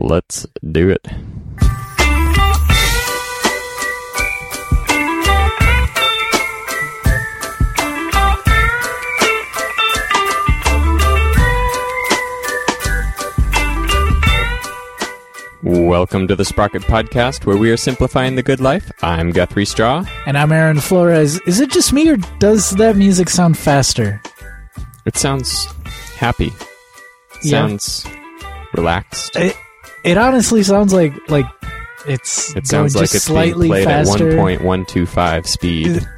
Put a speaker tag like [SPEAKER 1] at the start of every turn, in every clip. [SPEAKER 1] Let's do it. Welcome to the Sprocket Podcast, where we are simplifying the good life. I'm Guthrie Straw.
[SPEAKER 2] And I'm Aaron Flores. Is it just me, or does that music sound faster?
[SPEAKER 1] It sounds happy.
[SPEAKER 2] Yeah.
[SPEAKER 1] Sounds relaxed.
[SPEAKER 2] It it honestly sounds like like it's
[SPEAKER 1] It sounds
[SPEAKER 2] going
[SPEAKER 1] like
[SPEAKER 2] just
[SPEAKER 1] it's being
[SPEAKER 2] slightly
[SPEAKER 1] played
[SPEAKER 2] faster.
[SPEAKER 1] at 1.125 speed.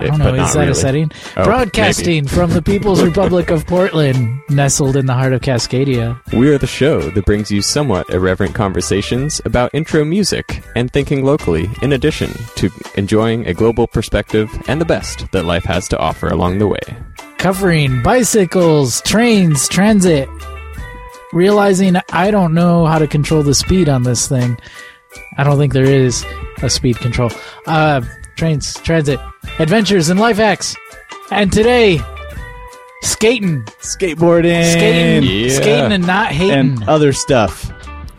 [SPEAKER 2] I don't
[SPEAKER 1] but
[SPEAKER 2] know.
[SPEAKER 1] not
[SPEAKER 2] Is that a
[SPEAKER 1] really.
[SPEAKER 2] setting?
[SPEAKER 1] Oh,
[SPEAKER 2] Broadcasting from the People's Republic of Portland, nestled in the heart of Cascadia.
[SPEAKER 1] We are the show that brings you somewhat irreverent conversations about intro music and thinking locally, in addition to enjoying a global perspective and the best that life has to offer along the way.
[SPEAKER 2] covering bicycles, trains, transit, realizing I don't know how to control the speed on this thing. I don't think there is a speed control. Uh, trains, transit, adventures, and life hacks. And today, skating,
[SPEAKER 3] skateboarding,
[SPEAKER 2] skating,
[SPEAKER 1] Yeah.
[SPEAKER 2] skating, and not hating.
[SPEAKER 3] and other stuff,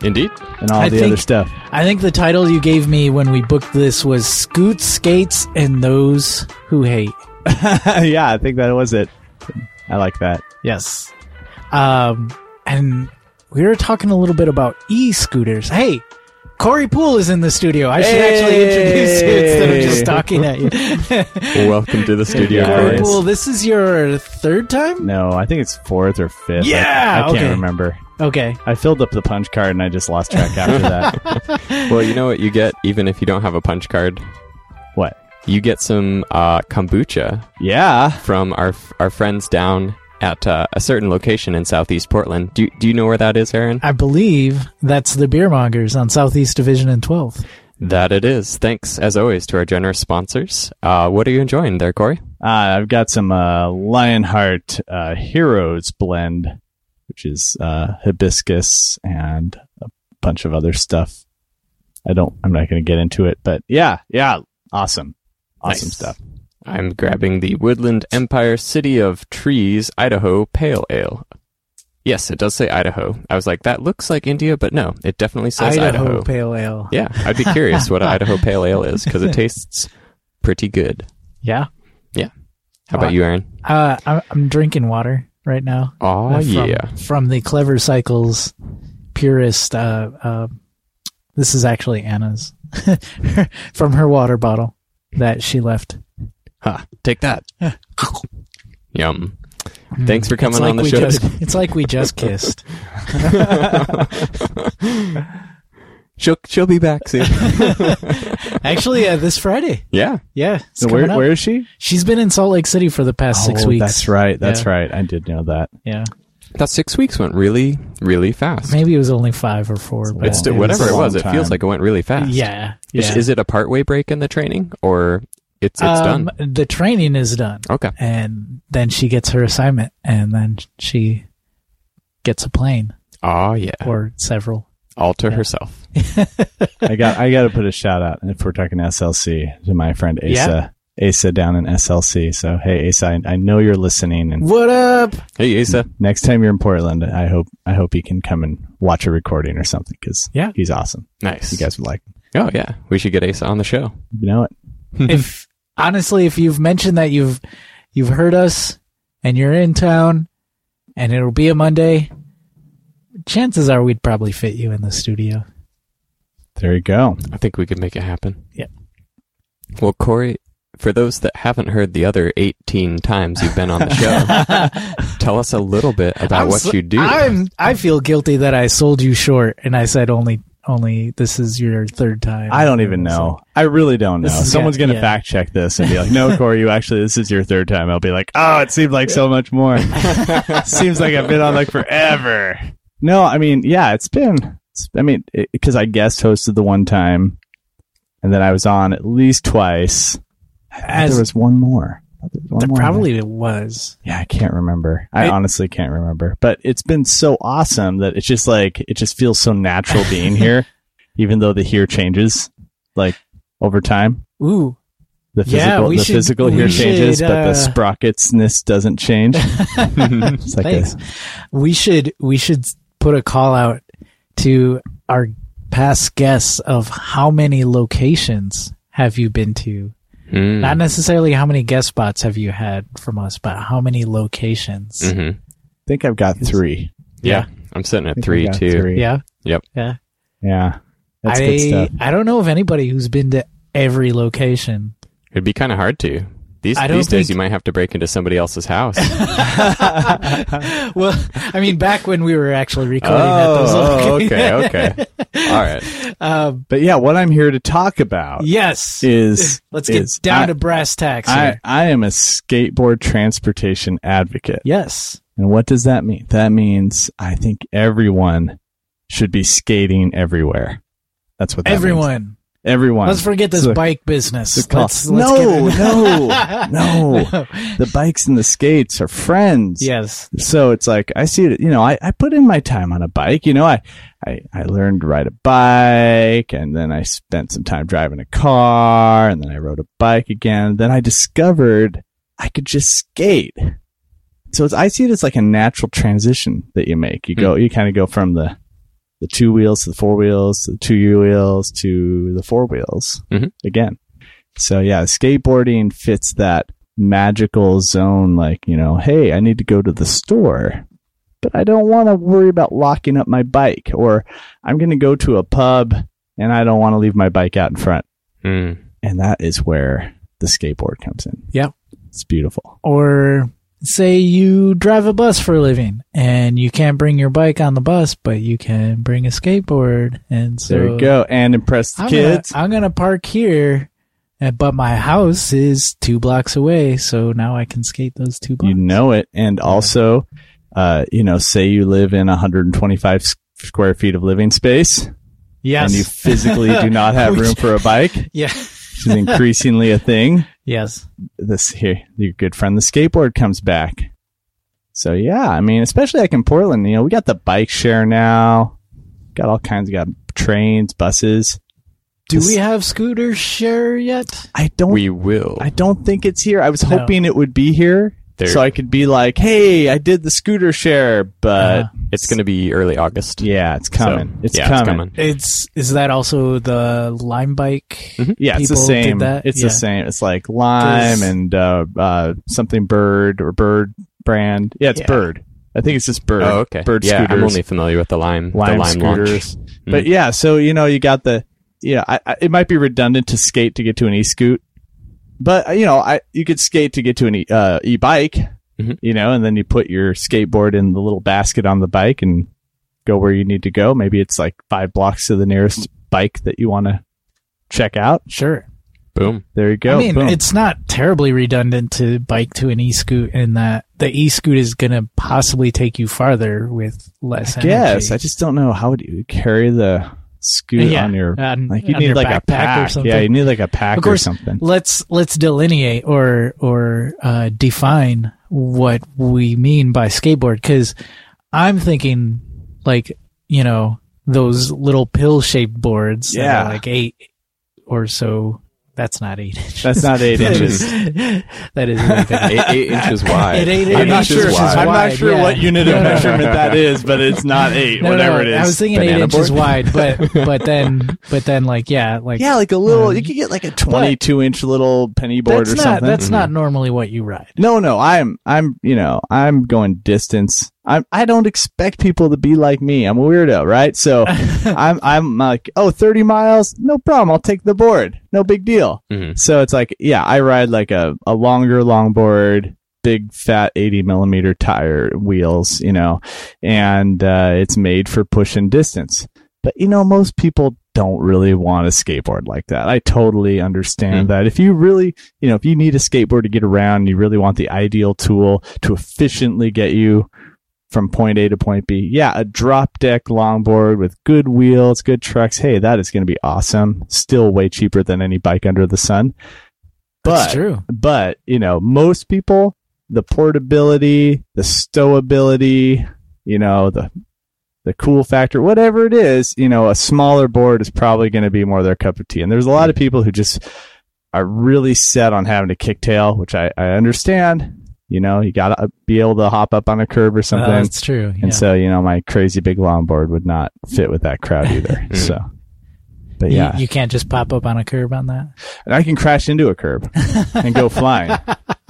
[SPEAKER 1] Indeed.
[SPEAKER 3] and all
[SPEAKER 2] I
[SPEAKER 3] the
[SPEAKER 2] think-
[SPEAKER 3] other stuff.
[SPEAKER 2] I think the title you gave me when we booked this was "Scoot Skates and Those Who Hate."
[SPEAKER 3] yeah, I think that was it. I like that.
[SPEAKER 2] Yes. Um, and we were talking a little bit about e-scooters. Hey, Corey Poole is in the studio. I should actually introduce you instead of just talking at you.
[SPEAKER 1] Welcome to the studio,
[SPEAKER 3] Yeah,
[SPEAKER 2] Corey
[SPEAKER 3] it
[SPEAKER 1] Corey.
[SPEAKER 3] is.
[SPEAKER 2] Poole, this is your third time?
[SPEAKER 3] No, I think it's fourth or fifth. I-
[SPEAKER 2] Yeah,
[SPEAKER 3] I, can't
[SPEAKER 2] okay.
[SPEAKER 3] remember.
[SPEAKER 2] Okay.
[SPEAKER 3] I filled up the punch card and I just lost track after that.
[SPEAKER 1] Well, you know what you get even if you don't have a punch card?
[SPEAKER 3] What?
[SPEAKER 1] You get some uh, kombucha
[SPEAKER 3] Yeah,
[SPEAKER 1] from our our friends down at uh, a certain location in southeast Portland. Do, do you know where that is, Aaron?
[SPEAKER 2] I believe that's the Beer Mongers on Southeast Division and 12th.
[SPEAKER 1] That it is. Thanks, as always, to our generous sponsors. Uh, what are you enjoying there, Corey?
[SPEAKER 3] uh, I've got some uh, Lionheart uh, Heroes blend, which is uh, hibiscus and a bunch of other stuff. I don't. I'm not going to get into it, but yeah, yeah, awesome, awesome
[SPEAKER 1] Nice.
[SPEAKER 3] stuff.
[SPEAKER 1] I'm grabbing the Woodland Empire City of Trees, Idaho Pale Ale. Yes, it does say Idaho. I was like, that looks like India, but no, it definitely says
[SPEAKER 2] Idaho,
[SPEAKER 1] Idaho.
[SPEAKER 2] Pale Ale.
[SPEAKER 1] Yeah, I'd be curious what an Idaho Pale Ale is because it tastes pretty good.
[SPEAKER 2] Yeah.
[SPEAKER 1] How about you, Aaron?
[SPEAKER 2] Uh, I- I'm drinking water right now.
[SPEAKER 1] Oh,
[SPEAKER 2] uh, from,
[SPEAKER 1] yeah.
[SPEAKER 2] From the Clever Cycles purist. Uh, uh, this is actually Anna's from her water bottle that she left.
[SPEAKER 1] Ha, take that. Yum. Thanks for coming
[SPEAKER 2] Mm, it's like
[SPEAKER 1] on the
[SPEAKER 2] we
[SPEAKER 1] show.
[SPEAKER 2] Just, it's like we just kissed.
[SPEAKER 1] She'll, she'll be back soon.
[SPEAKER 2] actually, uh, this Friday.
[SPEAKER 1] yeah.
[SPEAKER 2] Yeah. it's
[SPEAKER 3] So
[SPEAKER 2] coming
[SPEAKER 3] where,
[SPEAKER 2] up.
[SPEAKER 3] where is she?
[SPEAKER 2] She's been in Salt Lake City for the past six
[SPEAKER 3] Oh,
[SPEAKER 2] weeks.
[SPEAKER 3] That's right. That's
[SPEAKER 2] Yeah.
[SPEAKER 3] right. I did know that.
[SPEAKER 2] Yeah.
[SPEAKER 1] That six weeks went really, really fast.
[SPEAKER 2] Maybe it was only five or four. But
[SPEAKER 1] It's
[SPEAKER 3] It's
[SPEAKER 1] still,
[SPEAKER 3] a
[SPEAKER 1] whatever it
[SPEAKER 3] long
[SPEAKER 1] was. It feels
[SPEAKER 3] time.
[SPEAKER 1] like it went really fast.
[SPEAKER 2] Yeah. Yeah.
[SPEAKER 1] Is, is it a partway break in the training, or it's it's done?
[SPEAKER 2] Um, The training is done.
[SPEAKER 1] Okay.
[SPEAKER 2] And then she gets her assignment and then she gets a plane
[SPEAKER 1] Oh yeah.
[SPEAKER 2] or several.
[SPEAKER 1] All to herself.
[SPEAKER 3] I got I got to put a shout out if we're talking SLC to my friend Asa. Asa down in SLC. So hey Asa, I, I know you're listening and
[SPEAKER 2] What up?
[SPEAKER 1] Hey Asa.
[SPEAKER 3] next time you're in Portland, I hope I hope you can come and watch a recording or something cuz
[SPEAKER 2] Yeah.
[SPEAKER 3] he's awesome.
[SPEAKER 1] Nice.
[SPEAKER 3] You guys would like him.
[SPEAKER 1] Oh yeah. We should get Asa on the show.
[SPEAKER 3] You know it.
[SPEAKER 2] if honestly, if you've mentioned that you've you've heard us and you're in town and it'll be a Monday, chances are we'd probably fit you in the studio.
[SPEAKER 3] There you go.
[SPEAKER 1] I think we could make it happen.
[SPEAKER 2] Yeah.
[SPEAKER 1] Well, Corey, for those that haven't heard the other eighteen times you've been on the show, tell us a little bit about
[SPEAKER 2] I'm
[SPEAKER 1] what
[SPEAKER 2] so-
[SPEAKER 1] you do.
[SPEAKER 2] I'm I feel guilty that I sold you short and I said only only this is your third time.
[SPEAKER 3] I don't even know. I really don't know.
[SPEAKER 2] This is-
[SPEAKER 3] Someone's going to
[SPEAKER 2] yeah.
[SPEAKER 3] fact check this and be like, "No, Corey, you actually this is your third time." I'll be like, "Oh, it seemed like so much more. seems like I've been on like forever." No, I mean, yeah, it's been. It's, I mean, because I guest hosted the one time, and then I was on at least twice. I thought
[SPEAKER 2] As-
[SPEAKER 3] there was one more. I thought there was one
[SPEAKER 2] That
[SPEAKER 3] more.
[SPEAKER 2] probably it was.
[SPEAKER 3] Yeah, I can't remember. I
[SPEAKER 2] I-
[SPEAKER 3] honestly can't remember. But it's been so awesome that it's just like it just feels so natural being here, even though the here changes like over time.
[SPEAKER 2] Ooh.
[SPEAKER 3] The
[SPEAKER 2] Yeah,
[SPEAKER 3] physical,
[SPEAKER 2] we
[SPEAKER 3] the
[SPEAKER 2] should-
[SPEAKER 3] physical
[SPEAKER 2] we
[SPEAKER 3] here changes,
[SPEAKER 2] should,
[SPEAKER 3] but the
[SPEAKER 2] uh,
[SPEAKER 3] sprocketsness doesn't
[SPEAKER 1] Mm-hmm.
[SPEAKER 3] change. it's like a-
[SPEAKER 2] Thanks. We should we should put a call out to our past guests of how many locations have you been to?
[SPEAKER 3] Hmm.
[SPEAKER 1] Mm.
[SPEAKER 2] Not necessarily how many guest spots have you had from us, but how many locations?
[SPEAKER 3] Hmm.
[SPEAKER 1] Mhm.
[SPEAKER 3] think I've got three.
[SPEAKER 1] Yeah. I'm sitting
[SPEAKER 3] I
[SPEAKER 1] at
[SPEAKER 3] think
[SPEAKER 1] three
[SPEAKER 3] I've got
[SPEAKER 1] too.
[SPEAKER 3] three.
[SPEAKER 2] Yeah.
[SPEAKER 1] Yep.
[SPEAKER 2] Yeah.
[SPEAKER 3] Yeah. That's
[SPEAKER 2] I
[SPEAKER 3] good stuff.
[SPEAKER 2] I don't know of anybody who's been to every location.
[SPEAKER 1] It'd be kind of hard to. These
[SPEAKER 2] I don't
[SPEAKER 1] these days
[SPEAKER 2] think-
[SPEAKER 1] you might have to break into somebody else's house.
[SPEAKER 2] well, I mean, back when we were actually recording at those
[SPEAKER 1] oh,
[SPEAKER 2] locations.
[SPEAKER 1] okay, okay. All right.
[SPEAKER 2] Um,
[SPEAKER 3] But yeah, what I'm here to talk about
[SPEAKER 2] yes.
[SPEAKER 3] is
[SPEAKER 2] Let's get
[SPEAKER 3] is
[SPEAKER 2] down
[SPEAKER 3] I-
[SPEAKER 2] to brass tacks.
[SPEAKER 3] I,
[SPEAKER 2] here.
[SPEAKER 3] I am a skateboard transportation advocate.
[SPEAKER 2] yes.
[SPEAKER 3] And what does that mean? That means I think everyone should be skating everywhere. That's what that means.
[SPEAKER 2] Everyone.
[SPEAKER 3] Everyone.
[SPEAKER 2] Let's forget this
[SPEAKER 3] So-
[SPEAKER 2] bike business.
[SPEAKER 3] so-
[SPEAKER 2] Let's, let's
[SPEAKER 3] no,
[SPEAKER 2] get
[SPEAKER 3] no, no, The bikes and the skates are friends.
[SPEAKER 2] Yes.
[SPEAKER 3] So it's like I see it. You know, I, I put in my time on a bike. You know, I, I I learned to ride a bike, and then I spent some time driving a car, and then I rode a bike again. Then I discovered I could just skate. So it's, I see it as like a natural transition that you make. You go, you kind of go from the the two wheels to the four wheels to the two wheels to the four wheels
[SPEAKER 1] Mhm.
[SPEAKER 3] again. So yeah, skateboarding fits that magical zone. Like you know, hey, I need to go to the store, but I don't want to worry about locking up my bike, or I'm going to go to a pub and I don't want to leave my bike out in front.
[SPEAKER 1] Mm.
[SPEAKER 3] And that is where the skateboard comes in.
[SPEAKER 2] Yeah.
[SPEAKER 3] it's beautiful.
[SPEAKER 2] Or say you drive a bus for a living and you can't bring your bike on the bus, but you can bring a skateboard. And so
[SPEAKER 3] There you go, and impress the
[SPEAKER 2] I'm
[SPEAKER 3] kids.
[SPEAKER 2] Gonna, I'm gonna park here, uh, but my house is two blocks away, so now I can skate those two blocks.
[SPEAKER 3] you know it and also uh, you know say you live in 125 s- square feet of living space
[SPEAKER 2] yes.
[SPEAKER 3] and you physically do not have
[SPEAKER 2] Which-
[SPEAKER 3] room for a bike which
[SPEAKER 2] yeah.
[SPEAKER 3] is increasingly a thing
[SPEAKER 2] Yes.
[SPEAKER 3] this here your good friend the skateboard comes back so yeah i mean especially like in portland you know we got the bike share now got all kinds of got trains buses
[SPEAKER 2] Do
[SPEAKER 3] This-
[SPEAKER 2] we have scooter share yet?
[SPEAKER 3] i don't
[SPEAKER 1] We will.
[SPEAKER 3] I don't think it's here. I was
[SPEAKER 2] No.
[SPEAKER 3] hoping it would be here,
[SPEAKER 1] There-
[SPEAKER 3] so I could be like, "Hey, I did the scooter share," but
[SPEAKER 2] Uh-huh.
[SPEAKER 1] it's going to be early August.
[SPEAKER 3] Yeah, it's
[SPEAKER 1] So,
[SPEAKER 3] coming. it's,
[SPEAKER 1] yeah,
[SPEAKER 3] coming.
[SPEAKER 1] it's coming.
[SPEAKER 2] It's is that also the Lime Bike?
[SPEAKER 3] Mm-hmm. Yeah, it's the
[SPEAKER 2] People did
[SPEAKER 3] same.
[SPEAKER 2] that?
[SPEAKER 3] It's
[SPEAKER 2] Yeah.
[SPEAKER 3] the same. It's like lime
[SPEAKER 2] 'Cause-
[SPEAKER 3] and uh, uh, something bird or bird brand. Yeah, it's
[SPEAKER 2] Yeah.
[SPEAKER 3] bird. I think it's just bird.
[SPEAKER 1] Oh, okay.
[SPEAKER 3] Bird
[SPEAKER 1] yeah,
[SPEAKER 3] scooters.
[SPEAKER 1] I'm only familiar with the Lime,
[SPEAKER 3] Lime
[SPEAKER 1] the Lime
[SPEAKER 3] scooters.
[SPEAKER 1] launch. Hmm.
[SPEAKER 3] But yeah, so you know, you got the yeah. I, I, it might be redundant to skate to get to an e scoot, but uh, you know, I you could skate to get to an e uh, e bike.
[SPEAKER 1] Mhm.
[SPEAKER 3] You know, and then you put your skateboard in the little basket on the bike and go where you need to go. Maybe it's like five blocks to the nearest bike that you want to check out.
[SPEAKER 2] Sure.
[SPEAKER 1] Boom.
[SPEAKER 3] There you go.
[SPEAKER 2] I mean,
[SPEAKER 3] Boom.
[SPEAKER 2] it's not terribly redundant to bike to an e-scoot in that the e-scoot is going to possibly take you farther with less energy.
[SPEAKER 3] Yes, I just don't know how would you carry the scoot
[SPEAKER 2] Yeah,
[SPEAKER 3] on your
[SPEAKER 2] on-
[SPEAKER 3] like you
[SPEAKER 2] on
[SPEAKER 3] need
[SPEAKER 2] your
[SPEAKER 3] like
[SPEAKER 2] backpack
[SPEAKER 3] a
[SPEAKER 2] or
[SPEAKER 3] pack.
[SPEAKER 2] something.
[SPEAKER 3] yeah, you need like a pack
[SPEAKER 2] Of course,
[SPEAKER 3] or something.
[SPEAKER 2] let's let's delineate or or uh, define what we mean by skateboard because I'm thinking like you know those little pill shaped boards that are
[SPEAKER 3] Yeah.
[SPEAKER 2] like eight or so that's not eight inches
[SPEAKER 3] That's not eight
[SPEAKER 2] That
[SPEAKER 3] inches.
[SPEAKER 2] is- that is way big.
[SPEAKER 1] Eight, eight inches wide.
[SPEAKER 2] It ain't eight
[SPEAKER 3] I'm not
[SPEAKER 2] inches
[SPEAKER 3] sure.
[SPEAKER 2] wide.
[SPEAKER 3] I'm not sure
[SPEAKER 2] yeah.
[SPEAKER 3] what unit
[SPEAKER 2] No, no.
[SPEAKER 3] of measurement that is, but it's not eight.
[SPEAKER 2] No, no,
[SPEAKER 3] whatever
[SPEAKER 2] no,
[SPEAKER 3] it is.
[SPEAKER 2] I was thinking eight
[SPEAKER 1] Banana
[SPEAKER 2] inches
[SPEAKER 1] board?
[SPEAKER 2] wide, but but then but then like yeah like
[SPEAKER 3] yeah, like a little.
[SPEAKER 2] Um,
[SPEAKER 3] you could get like a 22 inch little penny board
[SPEAKER 2] that's
[SPEAKER 3] or
[SPEAKER 2] not
[SPEAKER 3] something.
[SPEAKER 2] that's
[SPEAKER 1] Mm-hmm.
[SPEAKER 2] not normally what you ride.
[SPEAKER 3] no, no. I'm I'm you know I'm going distance. I'm I don't expect people to be like me. I'm a weirdo, right? So I'm I'm like oh 30 miles, no problem. I'll take the board. No big deal.
[SPEAKER 1] Mhm.
[SPEAKER 2] Mm-hmm.
[SPEAKER 3] So it's like, yeah, I ride like a, a longer longboard, big fat 80 millimeter tire wheels, you know, and uh, it's made for pushing distance. But, you know, most people don't really want a skateboard like that. I totally
[SPEAKER 1] Hmm.
[SPEAKER 3] understand that. If you really, you know, if you need a skateboard to get around and you really want the ideal tool to efficiently get you from point A to point B, yeah, a drop deck longboard with good wheels, good trucks. Hey, that is going to be awesome. Still way cheaper than any bike under the sun.
[SPEAKER 2] that's
[SPEAKER 3] But
[SPEAKER 2] true. Uh,
[SPEAKER 3] but you know most people the portability the stowability you know the the cool factor whatever it is you know a smaller board is probably going to be more their cup of tea and there's a lot of people who just are really set on having a kicktail which i, I understand You know, you got to be able to hop up on a curb or something.
[SPEAKER 2] Uh, that's true. Yeah.
[SPEAKER 3] And so, you know, my crazy big longboard would not fit with that crowd either. so, but
[SPEAKER 2] You-
[SPEAKER 3] yeah,
[SPEAKER 2] Mm. you, can't just pop up on a curb on that.
[SPEAKER 3] And I can crash into a curb and go flying.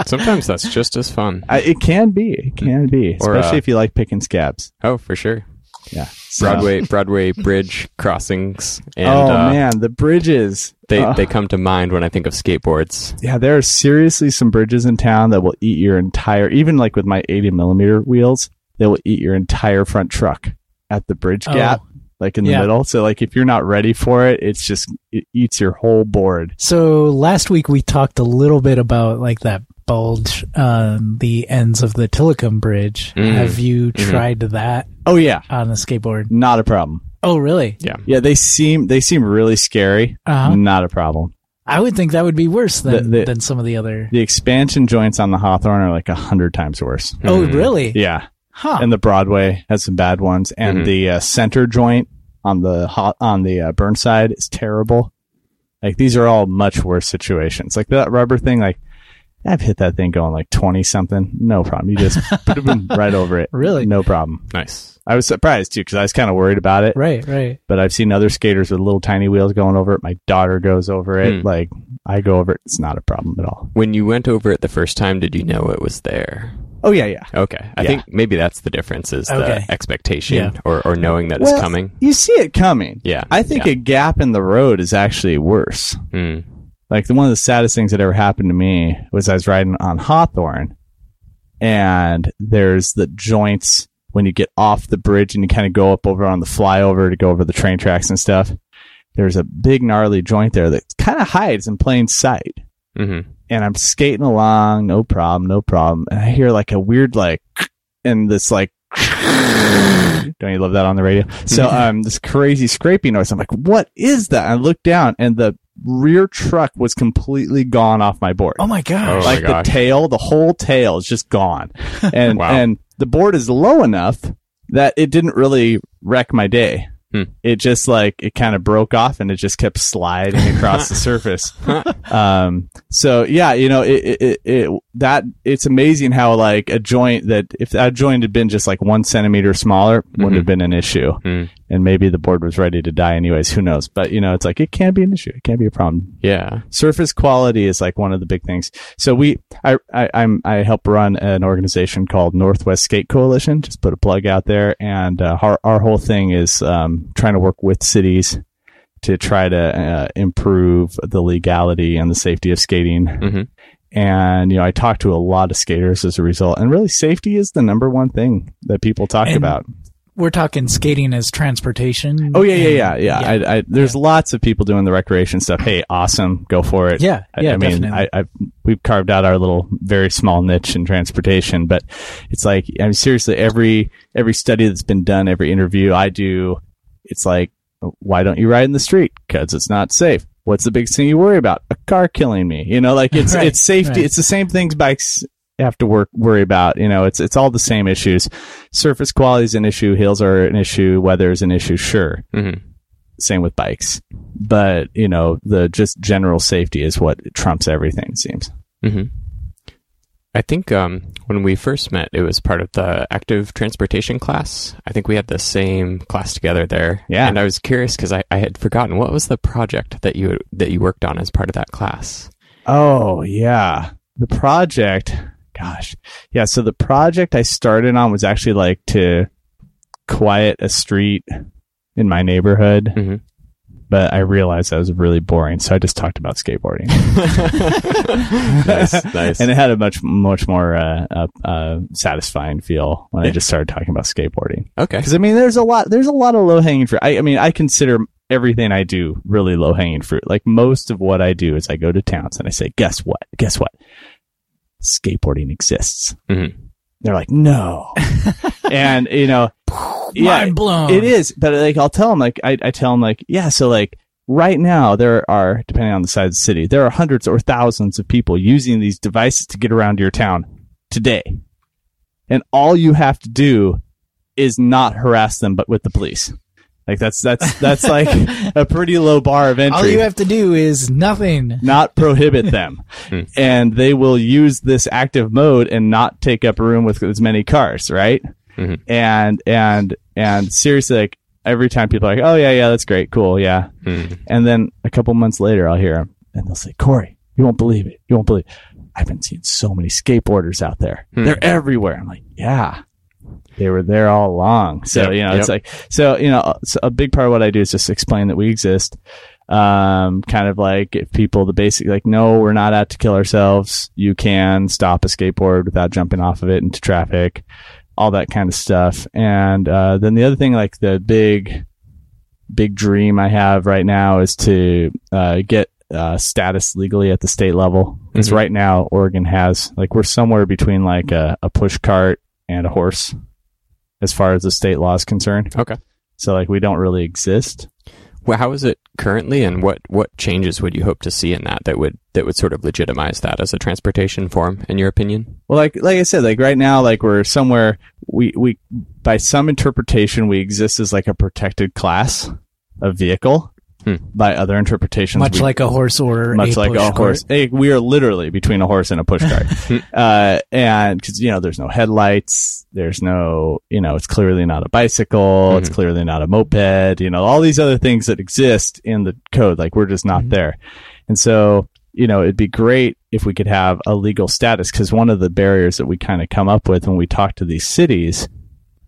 [SPEAKER 1] Sometimes that's just as fun.
[SPEAKER 3] I, it can be, it can be,
[SPEAKER 1] Or,
[SPEAKER 3] especially
[SPEAKER 1] uh,
[SPEAKER 3] if you like picking scabs.
[SPEAKER 1] Oh, for sure.
[SPEAKER 3] Yeah, So-
[SPEAKER 1] Broadway, Broadway bridge crossings, and
[SPEAKER 3] oh
[SPEAKER 1] uh,
[SPEAKER 3] man, the bridges.
[SPEAKER 1] they
[SPEAKER 3] Oh.
[SPEAKER 1] they come to mind when I think of skateboards.
[SPEAKER 3] yeah, there are seriously some bridges in town that will eat your entire, even like with my 80 millimeter wheels, they will eat your entire front truck at the bridge
[SPEAKER 2] Oh.
[SPEAKER 3] gap, like in the
[SPEAKER 2] Yeah.
[SPEAKER 3] middle. So like if you're not ready for it, it's just, it eats your whole board.
[SPEAKER 2] So last week we talked a little bit about like that bulge on the ends of the Tillicum Bridge.
[SPEAKER 1] Mm.
[SPEAKER 2] Have you tried that
[SPEAKER 3] Oh yeah,
[SPEAKER 2] on a skateboard?
[SPEAKER 3] not a problem.
[SPEAKER 2] Oh, really?
[SPEAKER 1] Yeah,
[SPEAKER 3] Yeah, they seem, they seem really scary.
[SPEAKER 2] Uh-huh.
[SPEAKER 3] Not a problem.
[SPEAKER 2] I would think that would be worse than
[SPEAKER 3] Mm. The- the-
[SPEAKER 2] than some of the other.
[SPEAKER 3] The expansion joints on the Hawthorne are like a hundred times worse.
[SPEAKER 2] Oh,
[SPEAKER 1] Mm-hmm.
[SPEAKER 2] really?
[SPEAKER 3] Yeah.
[SPEAKER 2] Huh.
[SPEAKER 3] and the Broadway has some bad ones, and
[SPEAKER 1] Mhm.
[SPEAKER 3] the uh, center joint on the hot on the uh, Burnside is terrible. Like these are all much worse situations. Like that rubber thing, like I've hit that thing going like twenty something, no problem. You just boom, right over it,
[SPEAKER 2] Really?
[SPEAKER 3] no problem.
[SPEAKER 1] nice.
[SPEAKER 3] I was surprised too because I was kind of worried about it,
[SPEAKER 2] right, right.
[SPEAKER 3] but I've seen other skaters with little tiny wheels going over it. My daughter goes over it,
[SPEAKER 1] Hmm.
[SPEAKER 3] like I go over it. It's not a problem at all.
[SPEAKER 1] When you went over it the first time, did you know it was there?
[SPEAKER 3] Oh yeah, yeah.
[SPEAKER 1] Okay, I
[SPEAKER 3] Yeah.
[SPEAKER 1] think maybe that's the difference is
[SPEAKER 2] Okay.
[SPEAKER 1] the expectation
[SPEAKER 2] Yeah.
[SPEAKER 1] or or knowing that
[SPEAKER 3] Well,
[SPEAKER 1] it's coming.
[SPEAKER 3] You see it coming.
[SPEAKER 1] Yeah,
[SPEAKER 3] I think
[SPEAKER 1] yeah.
[SPEAKER 3] a gap in the road is actually worse.
[SPEAKER 1] Mm.
[SPEAKER 3] like the one of the saddest things that ever happened to me was I was riding on Hawthorne and there's the joints when you get off the bridge and you kind of go up over on the flyover to go over the train tracks and stuff. There's a big gnarly joint there that kind of hides in plain sight.
[SPEAKER 1] hmm
[SPEAKER 3] And I'm skating along, no problem, no problem. And I hear like a weird like and this like don't you love that on the radio? So um this crazy scraping noise. I'm like, what is that? I look down and the rear truck was completely gone off my board.
[SPEAKER 2] Oh my gosh.
[SPEAKER 1] Oh my
[SPEAKER 3] like the
[SPEAKER 1] gosh.
[SPEAKER 3] tail, the whole tail is just gone. And
[SPEAKER 1] Wow.
[SPEAKER 3] and the board is low enough that it didn't really wreck my day.
[SPEAKER 1] Hmm.
[SPEAKER 3] It just like it kind of broke off and it just kept sliding across the surface. Um, so yeah, you know, it, it, it, it, that it's amazing how like a joint that if that joint had been just like one centimeter smaller wouldn't have been an issue.
[SPEAKER 1] Mm-hmm. Mm.
[SPEAKER 3] And maybe the board was ready to die anyways. Who knows? But you know, it's like, it can be an issue. It can be a problem.
[SPEAKER 1] Yeah.
[SPEAKER 3] Surface quality is like one of the big things. So we, I, I, I'm, I help run an organization called Northwest Skate Coalition. Just put a plug out there. And uh, our, our whole thing is um, trying to work with cities to try to uh, improve the legality and the safety of skating
[SPEAKER 1] hmm
[SPEAKER 3] and you know i talk to a lot of skaters as a result and really safety is the number one thing that people talk
[SPEAKER 2] And-
[SPEAKER 3] about
[SPEAKER 2] We're talking skating as transportation.
[SPEAKER 3] oh yeah
[SPEAKER 2] and-
[SPEAKER 3] yeah yeah yeah, I, I, there's lots of people doing the recreation stuff hey awesome go for it
[SPEAKER 2] Yeah,
[SPEAKER 3] I-
[SPEAKER 2] yeah,
[SPEAKER 3] I, mean,
[SPEAKER 2] definitely.
[SPEAKER 3] I, I we've carved out our little, very small niche in transportation, but it's like, I mean, seriously, every every study that's been done, every interview I do, it's like, why don't you ride in the street? Because it's not safe. What's the biggest thing you worry about? A car killing me. You know, like it's
[SPEAKER 2] Right,
[SPEAKER 3] it's safety.
[SPEAKER 2] right.
[SPEAKER 3] It's the same things bikes have to work worry about. You know, it's it's all the same issues. Surface quality is an issue. Hills are an issue. Weather is an issue. Sure
[SPEAKER 1] hmm
[SPEAKER 3] same with bikes but you know the just general safety is what trumps everything it seems
[SPEAKER 1] hmm I think um, when we first met, it was part of the active transportation class. I think we had the same class together there.
[SPEAKER 3] Yeah.
[SPEAKER 1] and I was curious because I, I had forgotten what was the project that you that you worked on as part of that class.
[SPEAKER 3] oh yeah the project gosh yeah so the project i started on was actually like to quiet a street in my neighborhood
[SPEAKER 1] Mhm.
[SPEAKER 3] but i realized that was really boring so i just talked about skateboarding
[SPEAKER 1] nice, nice.
[SPEAKER 3] and it had a much much more uh, uh, uh, satisfying feel when i just started talking about skateboarding
[SPEAKER 1] okay.
[SPEAKER 3] Because I mean, there's a lot. There's a lot of low hanging fruit. I, I mean, I consider everything I do really low hanging fruit. Like most of what I do is I go to towns and I say, "Guess what? Guess what? Skateboarding exists."
[SPEAKER 1] Mhm.
[SPEAKER 3] They're like, "No," and you know, yeah,
[SPEAKER 2] Mind blown.
[SPEAKER 3] it is. But like, I'll tell them. Like, I, I tell them, like, yeah. So like. Right now, there are, depending on the size of the city, there are hundreds or thousands of people using these devices to get around your town today. And all you have to do is not harass them but with the police Like that's that's that's like a pretty low bar of entry.
[SPEAKER 2] All you have to do is nothing.
[SPEAKER 3] not prohibit them. and they will use this active mode and not take up a room with as many cars, right?
[SPEAKER 1] Mhm.
[SPEAKER 3] And and and seriously, like every time people are like, "Oh yeah, yeah, that's great, cool, yeah,"
[SPEAKER 1] Mm.
[SPEAKER 3] and then a couple months later, I'll hear them and they'll say, "Corey, you won't believe it. You won't believe." It. I've been seeing so many skateboarders out there.
[SPEAKER 1] Hmm.
[SPEAKER 3] They're everywhere. I'm like, yeah. They were there all along. So,
[SPEAKER 1] Yep,
[SPEAKER 3] you know, it's
[SPEAKER 1] yep.
[SPEAKER 3] like, so, you know, so a big part of what I do is just explain that we exist um, kind of like if people the basic like no we're not out to kill ourselves you can stop a skateboard without jumping off of it into traffic all that kind of stuff and uh, then the other thing like the big big dream i have right now is to uh, get uh, status legally at the state level because
[SPEAKER 1] Mhm.
[SPEAKER 3] right now oregon has like we're somewhere between like a, a push cart and a horse as far as the state law is concerned
[SPEAKER 1] Okay.
[SPEAKER 3] so like we don't really exist
[SPEAKER 1] Well, how is it currently, and what what changes would you hope to see in that that would that would sort of legitimize that as a transportation form, in your opinion?
[SPEAKER 3] Well, like like I said, like right now, like we're somewhere we we by some interpretation we exist as like a protected class of vehicle.
[SPEAKER 1] Hmm.
[SPEAKER 3] By other interpretations,
[SPEAKER 2] Much
[SPEAKER 3] we-
[SPEAKER 2] like a horse or
[SPEAKER 3] much
[SPEAKER 2] a
[SPEAKER 3] like
[SPEAKER 2] push
[SPEAKER 3] a
[SPEAKER 2] cart.
[SPEAKER 3] horse, Hey, we are literally between a horse and a pushcart. uh, and because you know, there's no headlights, there's no you know, it's clearly not a bicycle, it's
[SPEAKER 1] Mhm.
[SPEAKER 2] Mm-hmm.
[SPEAKER 3] clearly not a moped. You know, all these other things that exist in the code, like we're just not
[SPEAKER 2] Mm-hmm.
[SPEAKER 3] there. And so, you know, it'd be great if we could have a legal status because one of the barriers that we kind of come up with when we talk to these cities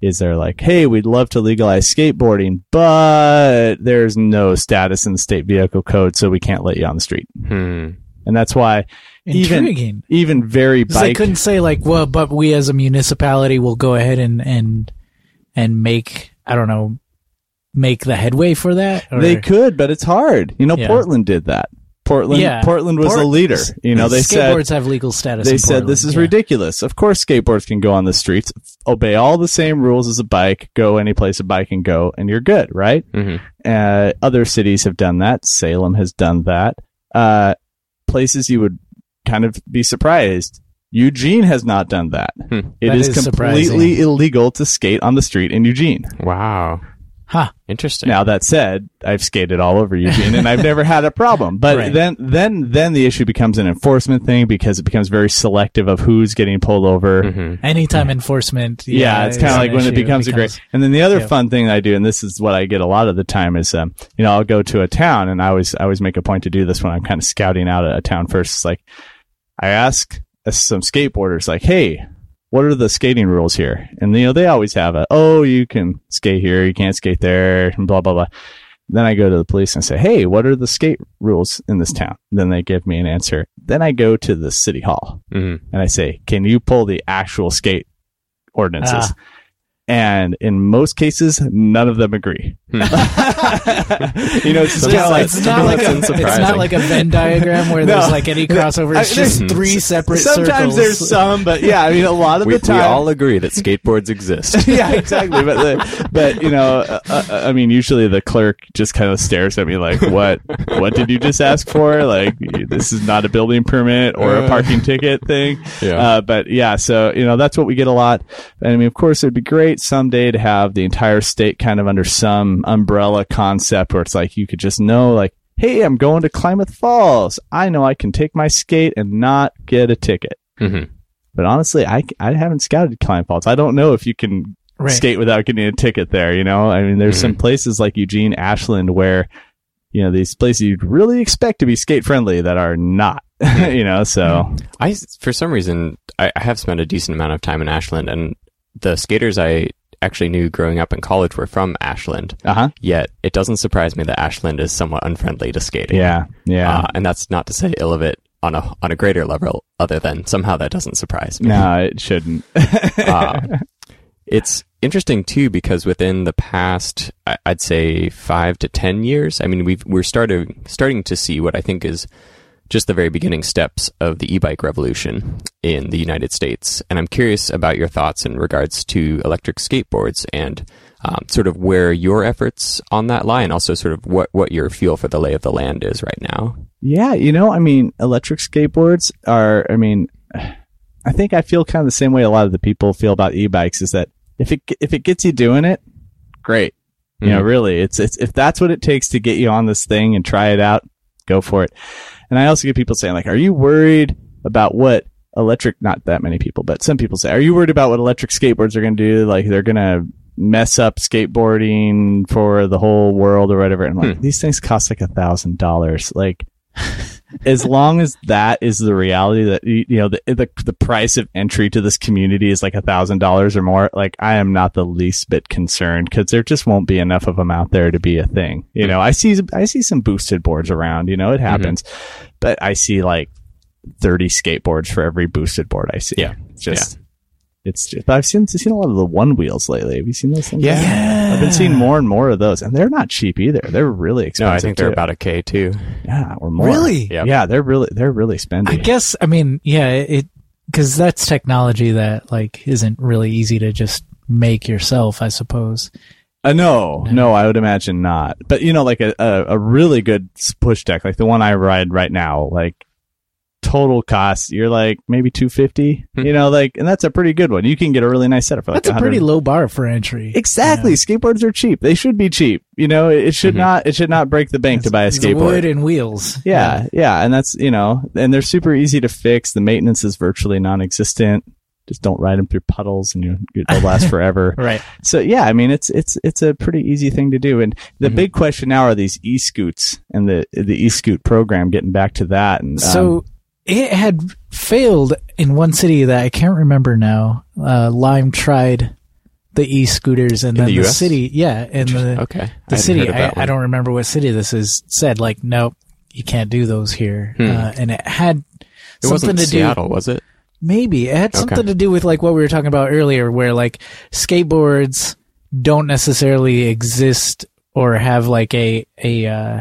[SPEAKER 3] is they're like, hey, we'd love to legalize skateboarding, but there's no status in the state vehicle code, so we can't let you on the street.
[SPEAKER 1] Hmm.
[SPEAKER 3] And that's why even-
[SPEAKER 2] Intriguing.
[SPEAKER 3] even very
[SPEAKER 2] 'Cause They
[SPEAKER 3] bike.
[SPEAKER 2] couldn't say like, well, but we as a municipality will go ahead and and and make I don't know, make the headway for that. Or,
[SPEAKER 3] They could, but it's hard. You know,
[SPEAKER 2] Yeah.
[SPEAKER 3] Portland did that. Portland,
[SPEAKER 2] Yeah.
[SPEAKER 3] Portland was
[SPEAKER 2] Port-
[SPEAKER 3] a leader. You know, they said
[SPEAKER 2] skateboards have legal status.
[SPEAKER 3] they
[SPEAKER 2] in
[SPEAKER 3] said this
[SPEAKER 2] Portland,
[SPEAKER 3] is
[SPEAKER 2] yeah.
[SPEAKER 3] ridiculous. Of course, skateboards can go on the streets, obey all the same rules as a bike, go any place a bike can go, and you're good, right?
[SPEAKER 1] hmm
[SPEAKER 3] Uh, other cities have done that. Salem has done that. Uh, places you would kind of be surprised. Eugene has not done that.
[SPEAKER 1] Hmm.
[SPEAKER 3] It
[SPEAKER 2] That
[SPEAKER 3] is,
[SPEAKER 2] is
[SPEAKER 3] completely
[SPEAKER 2] surprising.
[SPEAKER 3] illegal to skate on the street in Eugene.
[SPEAKER 1] Wow.
[SPEAKER 2] Huh.
[SPEAKER 1] Interesting.
[SPEAKER 3] Now that said, I've skated all over Eugene and I've never had a problem. But
[SPEAKER 2] Right.
[SPEAKER 3] then then then the issue becomes an enforcement thing because it becomes very selective of who's getting pulled over.
[SPEAKER 1] hmm
[SPEAKER 2] Anytime enforcement.
[SPEAKER 3] Yeah, it's kind
[SPEAKER 2] an
[SPEAKER 3] of like when it
[SPEAKER 2] issue.
[SPEAKER 3] becomes, a great. And then the other
[SPEAKER 2] yeah.
[SPEAKER 3] fun thing that I do, and this is what I get a lot of the time, is um, you know, I'll go to a town, and I always I always make a point to do this when I'm kind of scouting out a, a town first. It's like I ask uh, some skateboarders, like, hey. What are the skating rules here? And you know they always have a oh you can skate here, you can't skate there, and blah blah blah. Then I go to the police and say, hey, what are the skate rules in this town? Then they give me an answer. Then I go to the city hall
[SPEAKER 1] hmm
[SPEAKER 3] and I say, "Can you pull the actual skate ordinances?"
[SPEAKER 2] Ah.
[SPEAKER 3] And in most cases, none of them agree.
[SPEAKER 1] Hmm.
[SPEAKER 3] you know, it's just
[SPEAKER 1] So
[SPEAKER 2] It's,
[SPEAKER 3] kind
[SPEAKER 1] kinda
[SPEAKER 3] of like
[SPEAKER 2] it's not like a,
[SPEAKER 1] that's
[SPEAKER 2] it's
[SPEAKER 1] unsurprising.
[SPEAKER 2] not like a Venn diagram where
[SPEAKER 3] No.
[SPEAKER 2] there's like any crossover. It's
[SPEAKER 3] I-
[SPEAKER 2] just
[SPEAKER 1] there's-
[SPEAKER 2] three separate
[SPEAKER 3] sometimes
[SPEAKER 2] circles.
[SPEAKER 3] there's some, but yeah, I mean, a lot of
[SPEAKER 1] We,
[SPEAKER 3] the time,
[SPEAKER 1] we all agree that skateboards exist.
[SPEAKER 3] yeah, exactly. But the, but you know, uh, uh, I mean, usually the clerk just kind of stares at me like, "What? What did you just ask for? Like, this is not a building permit or a
[SPEAKER 1] Uh.
[SPEAKER 3] parking ticket thing."
[SPEAKER 1] Yeah.
[SPEAKER 3] Uh, but yeah, so you know, that's what we get a lot. And I mean, of course, it'd be great someday to have the entire state kind of under some umbrella concept where it's like you could just know, like. Hey, I'm going to Klamath Falls. I know I can take my skate and not get a ticket.
[SPEAKER 1] hmm
[SPEAKER 3] But honestly, I, I haven't scouted Klamath Falls. I don't know if you can
[SPEAKER 2] right.
[SPEAKER 3] skate without getting a ticket there. You know, I mean, there's some places like Eugene, Ashland, where you know these places you'd really expect to be skate friendly that are not. you know, so
[SPEAKER 1] I, for some reason, I, I have spent a decent amount of time in Ashland, and the skaters I actually knew growing up in college were from Ashland.
[SPEAKER 3] uh huh,
[SPEAKER 1] Yet it doesn't surprise me that Ashland is somewhat unfriendly to skating.
[SPEAKER 3] yeah, yeah.
[SPEAKER 1] Uh, and that's not to say ill of it on a on a greater level, other than somehow that doesn't surprise me.
[SPEAKER 3] no, it shouldn't.
[SPEAKER 1] Uh, it's interesting too because within the past, I- I'd say five to ten years, I mean, we've we're starting starting to see what I think is just the very beginning steps of the e-bike revolution in the United States. And I'm curious about your thoughts in regards to electric skateboards and um, sort of where your efforts on that lie, and also sort of what what your feel for the lay of the land is right now.
[SPEAKER 3] Yeah, you know, I mean, electric skateboards are. I mean, I think I feel kind of the same way a lot of the people feel about e-bikes is that if it if it gets you doing it, great. You know, really, it's it's if that's what it takes to get you on this thing and try it out, go for it. And I also get people saying like, "Are you worried about what electric?" Not that many people, but some people say, "Are you worried about what electric skateboards are going to do? Like they're going to mess up skateboarding for the whole world or whatever?" And I'm like, these things cost like a thousand dollars. Like as long as that is the reality that you you know the the, the price of entry to this community is like a thousand dollars or more like i am not the least bit concerned because there just won't be enough of them out there to be a thing you know i see i see some boosted boards around you know
[SPEAKER 1] Mm-hmm.
[SPEAKER 3] it happens but i see like 30 skateboards for every boosted board i see
[SPEAKER 1] Yeah.
[SPEAKER 3] It's just It's just, but I've seen seen a lot of the one wheels lately. Have you seen those things?
[SPEAKER 1] Yeah.
[SPEAKER 3] I've been seeing more and more of those, and they're not cheap either. They're really
[SPEAKER 1] No,
[SPEAKER 3] expensive.
[SPEAKER 1] I think they're
[SPEAKER 3] too.
[SPEAKER 1] about a K too.
[SPEAKER 3] yeah or more.
[SPEAKER 2] Really?
[SPEAKER 1] Yep.
[SPEAKER 3] Yeah, they're really they're really spendy.
[SPEAKER 2] I guess I mean yeah it because that's technology that like isn't really easy to just make yourself I suppose.
[SPEAKER 3] Uh, no, no, I would imagine not. But you know, like a, a, a really good s- push deck, like the one I ride right now, like total cost, you're like maybe two fifty.
[SPEAKER 1] Hmm.
[SPEAKER 3] You know, like, and that's a pretty good one. You can get a really nice setup for like
[SPEAKER 2] That's a pretty
[SPEAKER 3] 100
[SPEAKER 2] low bar for entry.
[SPEAKER 3] Exactly, skateboards are cheap. They should be cheap. You know, it, it should
[SPEAKER 1] Mhm.
[SPEAKER 3] not it should not break the bank to buy a
[SPEAKER 2] It's wood
[SPEAKER 3] skateboard.
[SPEAKER 2] and wheels.
[SPEAKER 3] Yeah, yeah, and that's you know, and they're super easy to fix. The maintenance is virtually non-existent. Just don't ride them through puddles, and you it'll last forever.
[SPEAKER 2] Right.
[SPEAKER 3] So yeah, I mean it's it's it's a pretty easy thing to do. And the
[SPEAKER 2] Mm-hmm.
[SPEAKER 1] Mhm.
[SPEAKER 3] big question now are these e-scoots and the the e-scoot program. Getting back to that, and um,
[SPEAKER 2] So it had failed in one city that I can't remember now. Uh, Lime tried the e-scooters, and
[SPEAKER 1] In
[SPEAKER 2] then
[SPEAKER 1] the
[SPEAKER 2] the,
[SPEAKER 1] US?
[SPEAKER 2] city, yeah, and the
[SPEAKER 1] Okay.
[SPEAKER 2] the
[SPEAKER 1] hadn't
[SPEAKER 2] city.
[SPEAKER 1] heard of
[SPEAKER 2] I,
[SPEAKER 1] that
[SPEAKER 2] I
[SPEAKER 1] one.
[SPEAKER 2] don't remember what city this is. Said like, nope, you can't do those here,
[SPEAKER 1] Hmm.
[SPEAKER 2] uh, and it had
[SPEAKER 1] It
[SPEAKER 2] something
[SPEAKER 1] wasn't
[SPEAKER 2] to do.
[SPEAKER 1] Seattle, was it?
[SPEAKER 2] Maybe it had
[SPEAKER 1] Okay.
[SPEAKER 2] something to do with like what we were talking about earlier, where like skateboards don't necessarily exist or have like a a uh,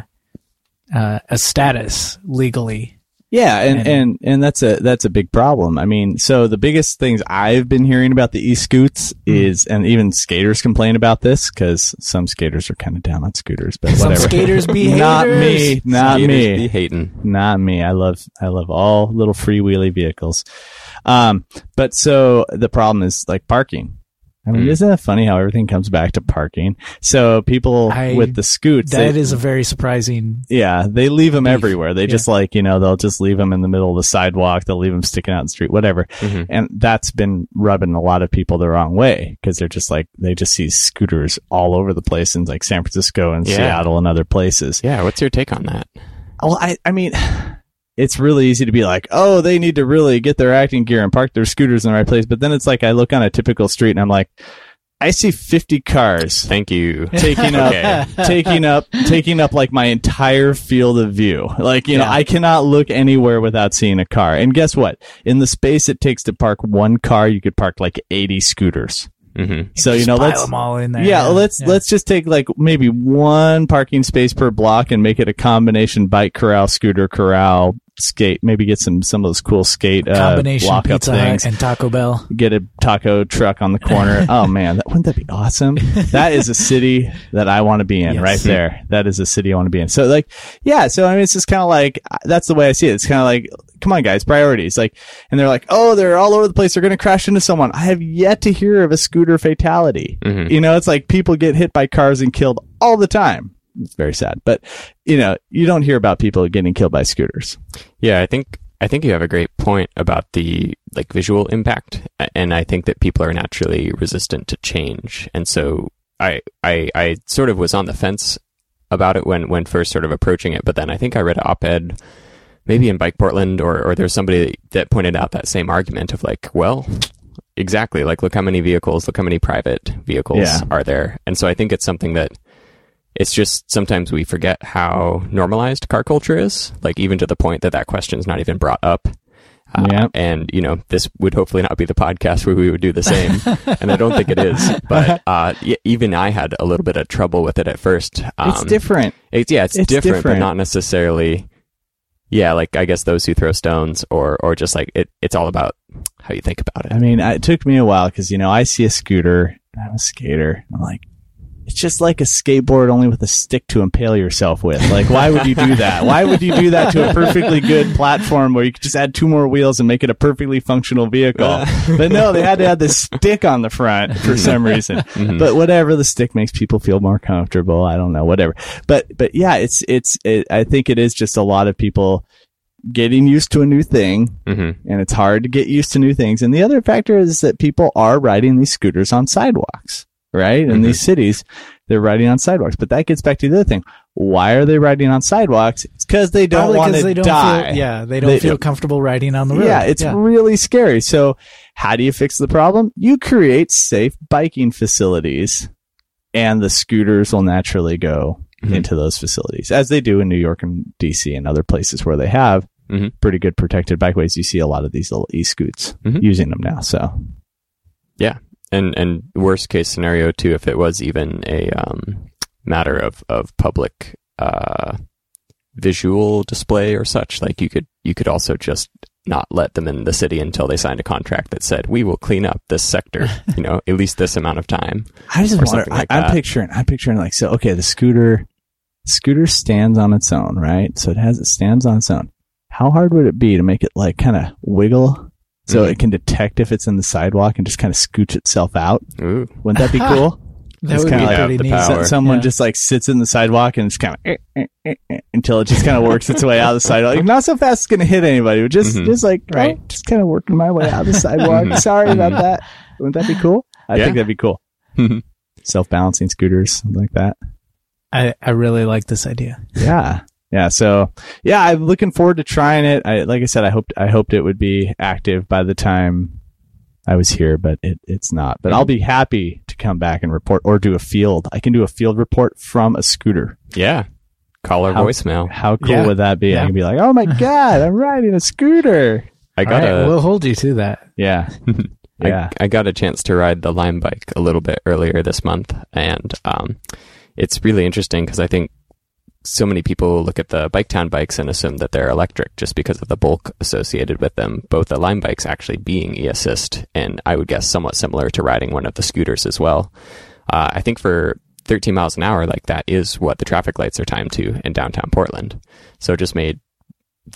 [SPEAKER 2] uh, a status legally.
[SPEAKER 3] Yeah, and,
[SPEAKER 2] And-
[SPEAKER 3] and and that's a that's a big problem. I mean, so the biggest things I've been hearing about the e-scoots
[SPEAKER 2] Mm-hmm.
[SPEAKER 3] is, and even skaters complain about this because some skaters are kind of down on scooters, but
[SPEAKER 2] Some
[SPEAKER 3] whatever.
[SPEAKER 2] skaters be
[SPEAKER 3] not
[SPEAKER 2] haters.
[SPEAKER 3] me, not
[SPEAKER 1] Skaters
[SPEAKER 3] me.
[SPEAKER 1] Be hating.
[SPEAKER 3] not me. I love I love all little freewheelie vehicles. Um, but so the problem is like parking. I mean,
[SPEAKER 1] Mm.
[SPEAKER 3] isn't that funny how everything comes back to parking? So people
[SPEAKER 2] I-
[SPEAKER 3] with the scoots,
[SPEAKER 2] That
[SPEAKER 3] they-
[SPEAKER 2] is a very surprising.
[SPEAKER 3] yeah, they leave them
[SPEAKER 2] Beef.
[SPEAKER 3] everywhere. They just like you know they'll just leave them in the middle of the sidewalk. They'll leave them sticking out in the street, whatever.
[SPEAKER 2] Mm-hmm.
[SPEAKER 1] Mhm.
[SPEAKER 3] And that's been rubbing a lot of people the wrong way because they're just like they just see scooters all over the place in like San Francisco and
[SPEAKER 1] Yeah.
[SPEAKER 3] Seattle and other places.
[SPEAKER 1] Yeah. What's your take on that?
[SPEAKER 3] Well, I, I mean, it's really easy to be like, oh, they need to really get their acting gear and park their scooters in the right place. But then it's like I look on a typical street and I'm like, I see 50 cars
[SPEAKER 1] Thank you.
[SPEAKER 3] taking up,
[SPEAKER 1] Okay.
[SPEAKER 3] taking up, taking up like my entire field of view. Like, you know,
[SPEAKER 2] Yeah.
[SPEAKER 3] I cannot look anywhere without seeing a car. And guess what? In the space it takes to park one car, you could park like 80 scooters.
[SPEAKER 1] hmm
[SPEAKER 3] So, you
[SPEAKER 2] Just
[SPEAKER 3] know,
[SPEAKER 2] pile
[SPEAKER 3] let's,
[SPEAKER 2] them all in there.
[SPEAKER 3] yeah, let's let's just take like maybe one parking space per block and make it a combination bike corral, scooter corral, skate. Maybe get some some of those cool skate uh,
[SPEAKER 2] combination
[SPEAKER 3] walk up
[SPEAKER 2] Pizza
[SPEAKER 3] things.
[SPEAKER 2] Hut and Taco Bell.
[SPEAKER 3] Get a taco truck on the corner. oh man, that, wouldn't that be awesome? That is a city that I want to be in
[SPEAKER 2] Yes.
[SPEAKER 3] right there. That is a city I want to be in. So like, yeah. So I mean, it's just kind of like uh, that's the way I see it. It's kind of like, come on, guys, priorities. Like, and they're like, oh, they're all over the place. They're going to crash into someone. I have yet to hear of a scooter fatality.
[SPEAKER 1] Mhm.
[SPEAKER 3] You know, it's like people get hit by cars and killed all the time. It's very sad, but you know, you don't hear about people getting killed by scooters.
[SPEAKER 1] Yeah, I think I think you have a great point about the like visual impact, a- and I think that people are naturally resistant to change, and so I I I sort of was on the fence about it when when first sort of approaching it, but then I think I read an op-ed maybe in Bike Portland or or there's somebody that pointed out that same argument of like, well, exactly, like look how many vehicles, look how many private vehicles
[SPEAKER 3] Yeah.
[SPEAKER 1] are there, and so I think it's something that it's just sometimes we forget how normalized car culture is, like even to the point that that question's not even brought up. Uh,
[SPEAKER 3] Yeah.
[SPEAKER 1] And, you know, this would hopefully not be the podcast where we would do the same. and I don't think it is. But uh, y- even I had a little bit of trouble with it at first. Um,
[SPEAKER 3] it's different.
[SPEAKER 1] it's- yeah, it's,
[SPEAKER 3] It's
[SPEAKER 1] different,
[SPEAKER 3] different.
[SPEAKER 1] but not necessarily. Yeah, like I guess those who throw stones or, or just like it, it's all about how you think about it.
[SPEAKER 3] I mean, I- it took me a while because you know I see a scooter, and I'm a skater. and I'm like, it's just like a skateboard only with a stick to impale yourself with. Like, why would you do that? Why would you do that to a perfectly good platform where you could just add two more wheels and make it a perfectly functional vehicle? But no, they had to add this stick on the front for some reason. But whatever, the stick makes people feel more comfortable. I don't know, whatever. But but yeah, it's it's. It, I think it is just a lot of people getting used to a new thing
[SPEAKER 1] Mm-hmm.
[SPEAKER 3] and it's hard to get used to new things. And the other factor is that people are riding these scooters on sidewalks, right? In
[SPEAKER 1] Mhm.
[SPEAKER 2] Mm-hmm.
[SPEAKER 3] these cities, they're riding on sidewalks. But that gets back to the other thing. Why are they riding on sidewalks? It's because they don't
[SPEAKER 2] Probably
[SPEAKER 3] want
[SPEAKER 2] 'cause
[SPEAKER 3] to
[SPEAKER 2] they don't
[SPEAKER 3] die.
[SPEAKER 2] Feel, yeah, they don't
[SPEAKER 3] They-
[SPEAKER 2] feel comfortable riding on the road.
[SPEAKER 3] Yeah, it's really scary. So, how do you fix the problem? You create safe biking facilities, and the scooters will naturally go
[SPEAKER 2] Mm-hmm.
[SPEAKER 1] Mhm.
[SPEAKER 3] into those facilities, as they do in New York and DC and other places where they have
[SPEAKER 2] Mm-hmm.
[SPEAKER 1] Mhm.
[SPEAKER 3] pretty good protected bikeways. You see a lot of these little e scoots
[SPEAKER 2] Mm-hmm.
[SPEAKER 1] Mhm.
[SPEAKER 3] using them now. So,
[SPEAKER 1] And and worst case scenario too, if it was even a um, matter of of public uh, visual display or such, like you could you could also just not let them in the city until they signed a contract that said we will clean up this sector, you know, at least this amount of time.
[SPEAKER 3] I just
[SPEAKER 1] Or
[SPEAKER 3] wonder.
[SPEAKER 1] something like
[SPEAKER 3] I, I'm
[SPEAKER 1] that.
[SPEAKER 3] picturing. I'm picturing like so. Okay, the scooter, scooter stands on its own, right? So it has it stands on its own. How hard would it be to make it like kind of wiggle so
[SPEAKER 1] Mhm.
[SPEAKER 3] it can detect if it's in the sidewalk and just kind of scooch itself out?
[SPEAKER 1] Ooh.
[SPEAKER 3] Wouldn't that be cool?
[SPEAKER 2] that
[SPEAKER 3] it's
[SPEAKER 2] would be
[SPEAKER 3] kinda like
[SPEAKER 2] pretty
[SPEAKER 1] the
[SPEAKER 2] neat.
[SPEAKER 1] power.
[SPEAKER 3] So- someone
[SPEAKER 2] Yeah.
[SPEAKER 3] just like sits in the sidewalk and it's eh, kind of until it just kind of works its way out of the sidewalk. Like, not so fast it's going to hit anybody, but just
[SPEAKER 1] Mhm.
[SPEAKER 3] just like right,
[SPEAKER 2] Right.
[SPEAKER 3] just kind of working my way out of the sidewalk.
[SPEAKER 1] Mhm.
[SPEAKER 3] Sorry about
[SPEAKER 1] Mhm.
[SPEAKER 3] that. Wouldn't that be cool? I
[SPEAKER 1] Yeah.
[SPEAKER 3] think that'd be cool.
[SPEAKER 1] Mhm.
[SPEAKER 3] Self balancing scooters, something like that.
[SPEAKER 2] I, I really like this idea.
[SPEAKER 3] Yeah. Yeah. So yeah, I'm looking forward to trying it. I like I said, I hoped I hoped it would be active by the time I was here, but it, it's not. But I'll
[SPEAKER 1] Mm-hmm.
[SPEAKER 3] be happy to come back and report or do a field. I can do a field report from a scooter.
[SPEAKER 1] Yeah. Call our
[SPEAKER 3] How-
[SPEAKER 1] voicemail.
[SPEAKER 3] How cool
[SPEAKER 2] Yeah.
[SPEAKER 3] would that be? I
[SPEAKER 2] Yeah.
[SPEAKER 3] can be like, Oh my god, I'm riding a scooter.
[SPEAKER 1] I
[SPEAKER 2] All
[SPEAKER 1] got
[SPEAKER 2] right,
[SPEAKER 1] a
[SPEAKER 2] we'll hold you to that.
[SPEAKER 3] Yeah. yeah.
[SPEAKER 1] I, I got a chance to ride the Lime bike a little bit earlier this month, and um, it's really interesting because I think so many people look at the Biketown bikes and assume that they're electric just because of the bulk associated with them. Both the Lime bikes actually being e assist, and I would guess somewhat similar to riding one of the scooters as well. Uh, I think for 13 miles an hour, like that is what the traffic lights are timed to in downtown Portland. So it just made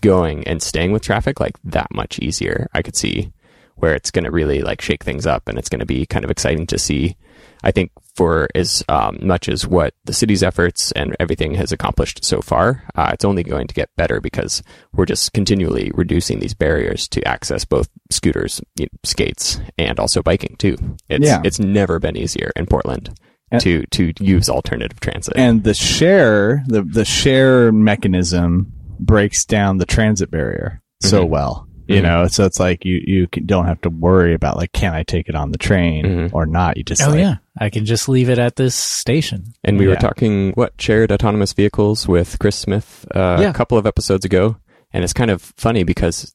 [SPEAKER 1] going and staying with traffic like that much easier. I could see where it's going to really like shake things up and it's going to be kind of exciting to see. I think for as um, much as what the city's efforts and everything has accomplished so far, uh, it's only going to get better because we're just continually reducing these barriers to access both scooters, you know, skates, and also biking too. It's
[SPEAKER 3] Yeah.
[SPEAKER 1] it's never been easier in Portland
[SPEAKER 3] And-
[SPEAKER 1] to to use alternative transit.
[SPEAKER 3] And the share the the share mechanism breaks down the transit barrier so
[SPEAKER 1] Mhm.
[SPEAKER 3] well. You
[SPEAKER 1] Mhm.
[SPEAKER 3] know, so it's like you you can- don't have to worry about like can I take it on the train
[SPEAKER 1] Mhm.
[SPEAKER 3] or not. You just
[SPEAKER 2] Oh
[SPEAKER 3] like,
[SPEAKER 2] yeah, I can just leave it at this station.
[SPEAKER 1] And we
[SPEAKER 3] Yeah.
[SPEAKER 1] were talking what shared autonomous vehicles with Chris Smith uh,
[SPEAKER 2] Yeah.
[SPEAKER 1] a couple of episodes ago, and it's kind of funny because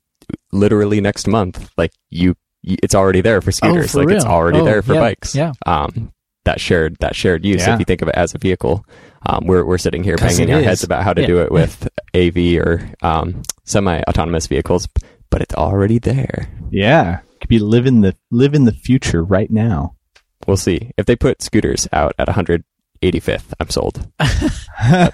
[SPEAKER 1] literally next month, like you, y- it's already there for scooters,
[SPEAKER 2] Oh, for
[SPEAKER 1] like it's
[SPEAKER 2] real?
[SPEAKER 1] already
[SPEAKER 2] Oh,
[SPEAKER 1] there for
[SPEAKER 2] yeah,
[SPEAKER 1] bikes.
[SPEAKER 2] yeah.
[SPEAKER 1] Um, that shared that shared use,
[SPEAKER 3] Yeah.
[SPEAKER 1] if you think of it as a vehicle, um, we're we're sitting here
[SPEAKER 2] 'Cause
[SPEAKER 1] banging
[SPEAKER 2] it
[SPEAKER 1] our
[SPEAKER 2] is.
[SPEAKER 1] heads about how to
[SPEAKER 2] Yeah.
[SPEAKER 1] do it with AV or um, semi autonomous vehicles, but it's already there.
[SPEAKER 3] Yeah, could be living the living the future right now.
[SPEAKER 1] We'll see if they put scooters out at 185th. I'm sold.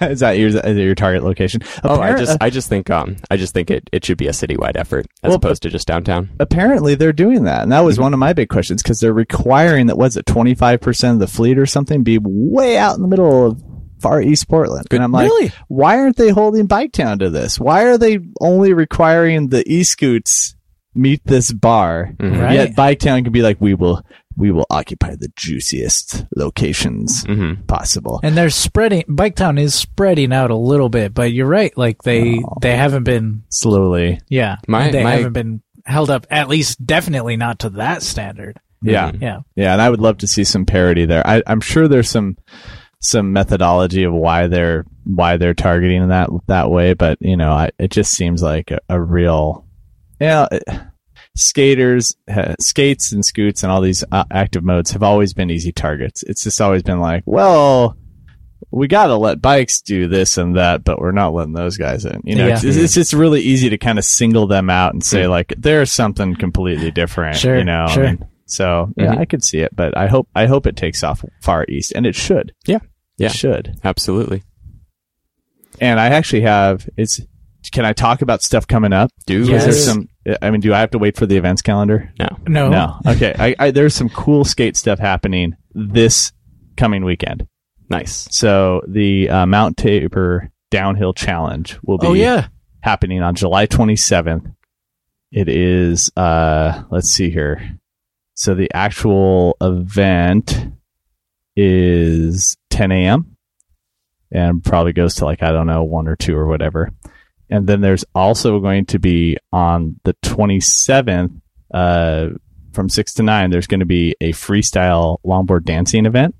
[SPEAKER 3] is that your is that your target location?
[SPEAKER 1] Oh, I
[SPEAKER 3] Appar-
[SPEAKER 1] just
[SPEAKER 3] uh,
[SPEAKER 1] I just think um I just think it, it should be a citywide effort as
[SPEAKER 3] Well,
[SPEAKER 1] opposed to just downtown.
[SPEAKER 3] apparently they're doing that, and that was one of my big questions because they're requiring that what's it twenty five percent of the fleet or something be way out in the middle of far east Portland, and I'm like,
[SPEAKER 2] Really?
[SPEAKER 3] why aren't they holding Biketown to this? Why are they only requiring the e scoots meet this bar?
[SPEAKER 1] Mhm.
[SPEAKER 2] Right.
[SPEAKER 3] Yet Biketown could be like, we will we will occupy the juiciest locations
[SPEAKER 1] Mm-hmm.
[SPEAKER 3] possible.
[SPEAKER 2] And they're spreading. Biketown is spreading out a little bit, but you're right. Like they
[SPEAKER 3] Oh.
[SPEAKER 2] they haven't been.
[SPEAKER 3] Slowly,
[SPEAKER 2] Yeah,
[SPEAKER 1] My-
[SPEAKER 2] they
[SPEAKER 1] my-
[SPEAKER 2] haven't been held up. At least, definitely not to that standard.
[SPEAKER 3] yeah.
[SPEAKER 1] Mm-hmm.
[SPEAKER 2] Yeah,
[SPEAKER 3] Yeah, and I would love to see some parity there. I, I'm sure there's some some methodology of why they're why they're targeting that that way, but you know, I, it just seems like a, a real yeah. It, skaters, uh, skates, and scoots, and all these uh, active modes have always been easy targets. It's just always been like, well. We gotta let bikes do this and that, but we're not letting those guys in. You know,
[SPEAKER 2] Yeah.
[SPEAKER 3] it's, it's just really easy to kind of single them out and say like they're something completely different.
[SPEAKER 2] Sure,
[SPEAKER 3] you know, I
[SPEAKER 2] sure.
[SPEAKER 3] mean, So yeah,
[SPEAKER 1] Mhm.
[SPEAKER 3] I could see it, but I hope I hope it takes off far east, and it should.
[SPEAKER 1] Yeah. Yeah.
[SPEAKER 3] It should.
[SPEAKER 1] Absolutely.
[SPEAKER 3] And I actually have it's. Can I talk about stuff coming up?
[SPEAKER 1] Do
[SPEAKER 3] Is there
[SPEAKER 2] Yes.
[SPEAKER 3] some? I mean, do I have to wait for the events calendar?
[SPEAKER 1] no.
[SPEAKER 2] No.
[SPEAKER 3] No. Okay. I, I, there's some cool skate stuff happening this coming weekend.
[SPEAKER 1] Nice.
[SPEAKER 3] So the uh, Mount Tabor Downhill Challenge will be
[SPEAKER 2] Oh yeah.
[SPEAKER 3] happening on July 27th. It is, uh, let's see here. So the actual event is 10 a.m. and probably goes to like, I don't know, one or two or whatever. And then there's also going to be on the 27th, uh, from six to nine, there's going to be a freestyle longboard dancing event.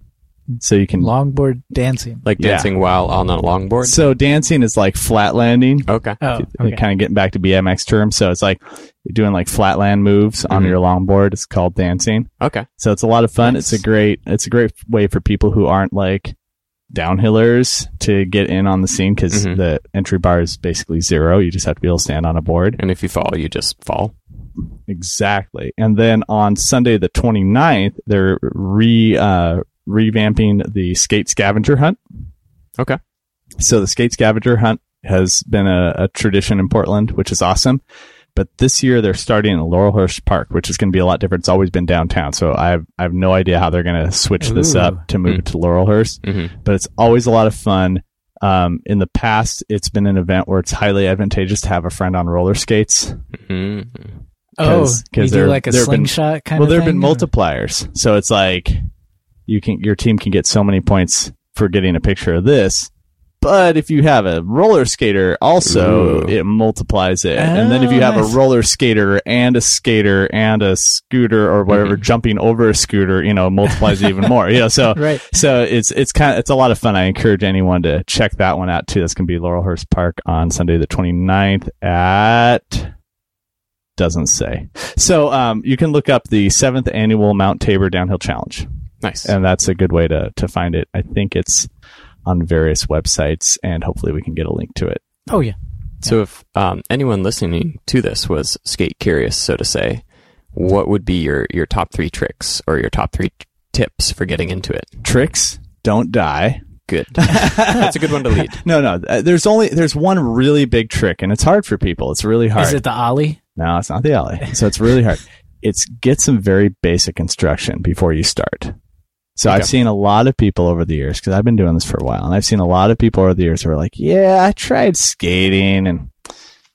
[SPEAKER 3] So you can,
[SPEAKER 2] Longboard dancing.
[SPEAKER 1] Like
[SPEAKER 3] Yeah.
[SPEAKER 1] dancing while on a longboard.
[SPEAKER 3] so dancing is like flat landing
[SPEAKER 1] okay.
[SPEAKER 2] Oh, okay.
[SPEAKER 3] kind of getting back to BMX terms. So it's like you're doing like flatland moves on
[SPEAKER 2] Mm-hmm.
[SPEAKER 1] Mhm.
[SPEAKER 3] your longboard. It's called dancing.
[SPEAKER 1] Okay.
[SPEAKER 3] So it's a lot of fun.
[SPEAKER 1] Nice.
[SPEAKER 3] It's a great it's a great way for people who aren't like downhillers to get in on the scene because
[SPEAKER 2] Mm-hmm.
[SPEAKER 1] Mhm.
[SPEAKER 3] the entry bar is basically zero. You just have to be able to stand on a board.
[SPEAKER 1] And if you fall, you just fall.
[SPEAKER 3] Exactly. And then on Sunday the 29th, they're re uh, revamping the skate scavenger hunt.
[SPEAKER 1] Okay.
[SPEAKER 3] So the skate scavenger hunt has been a, a tradition in Portland, which is awesome. But this year they're starting in Laurelhurst Park, which is going to be a lot different. It's always been downtown, so I have, I have no idea how they're going to switch this
[SPEAKER 2] Ooh.
[SPEAKER 3] up to move it to Laurelhurst
[SPEAKER 1] Mm-hmm.
[SPEAKER 3] but it's always a lot of fun. Um, in the past, it's been an event where it's highly advantageous to have a friend on roller skates.
[SPEAKER 1] Mm-hmm.
[SPEAKER 2] Oh,
[SPEAKER 3] 'cause- 'cause
[SPEAKER 2] you
[SPEAKER 3] there-
[SPEAKER 2] do like a
[SPEAKER 3] there have been-
[SPEAKER 2] slingshot kind
[SPEAKER 3] well,
[SPEAKER 2] of.
[SPEAKER 3] there have
[SPEAKER 2] thing?
[SPEAKER 3] been multipliers, so it's like you can your team can get so many points for getting a picture of this. But if you have a roller skater, also
[SPEAKER 1] Ooh.
[SPEAKER 3] it multiplies it, and then if you
[SPEAKER 2] Oh,
[SPEAKER 3] have
[SPEAKER 2] nice.
[SPEAKER 3] a roller skater and a skater and a scooter or whatever jumping over a scooter, you know, multiplies it even more. You know, so
[SPEAKER 2] Mm-hmm. Right.
[SPEAKER 3] so it's it's kind of it's a lot of fun. I encourage anyone to check that one out too. That's going to be Laurelhurst Park on Sunday the 29th at doesn't say. So um, you can look up the seventh annual Mount Tabor Downhill Challenge,
[SPEAKER 1] Nice.
[SPEAKER 3] and that's a good way to to find it. I think it's on various websites, and hopefully we can get a link to it.
[SPEAKER 2] Oh yeah.
[SPEAKER 1] So, if um, anyone listening to this was skate curious, so to say, what would be your, your top three tricks or your top three t- tips for getting into it?
[SPEAKER 3] Tricks don't die.
[SPEAKER 1] Good. That's a good one to lead.
[SPEAKER 3] No, no. uh, There's only there's one really big trick, and it's hard for people. It's really hard.
[SPEAKER 2] Is it the ollie?
[SPEAKER 3] No, it's not the alley. So it's really hard. It's get some very basic instruction before you start. So
[SPEAKER 1] Okay.
[SPEAKER 3] I've seen a lot of people over the years because I've been doing this for a while, and I've seen a lot of people over the years who are like, "Yeah, I tried skating, and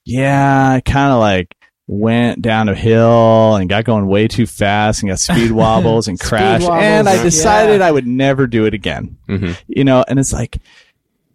[SPEAKER 3] yeah, I kind of like went down a hill and got going way too fast and got speed wobbles and
[SPEAKER 2] Speed
[SPEAKER 3] crashed,
[SPEAKER 2] wobbles,
[SPEAKER 3] and I
[SPEAKER 1] yeah.
[SPEAKER 3] decided I would never do it again."
[SPEAKER 1] hmm
[SPEAKER 3] you know and it's like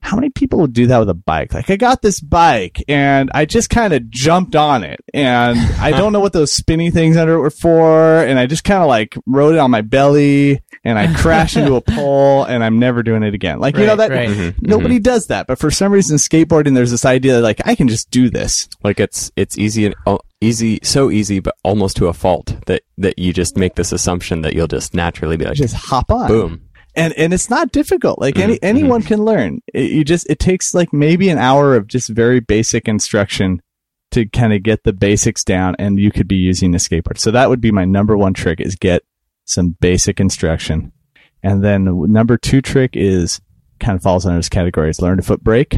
[SPEAKER 3] how many people would do that with a bike like i got this bike and i just kind of jumped on it and i don't know what those spinny things under it were for and i just kind of like rode it on my belly and i crashed into a pole and i'm never doing it again like you know
[SPEAKER 2] Right,
[SPEAKER 3] that
[SPEAKER 2] right. Mm-hmm.
[SPEAKER 1] Mhm.
[SPEAKER 3] nobody does that but for some reason skateboarding there's this idea that, like i can just do this
[SPEAKER 1] Like it's it's easy and al- easy, so easy, but almost to a fault that that you just make this assumption that you'll just naturally be like,
[SPEAKER 3] just hop on
[SPEAKER 1] boom.
[SPEAKER 3] and and it's not difficult like any anyone can learn it, you just it takes like maybe an hour of just very basic instruction to kind of get the basics down and you could be using a skateboard so that would be my number one trick is get some basic instruction and then w- number two trick is kind of falls under this category is learn to foot brake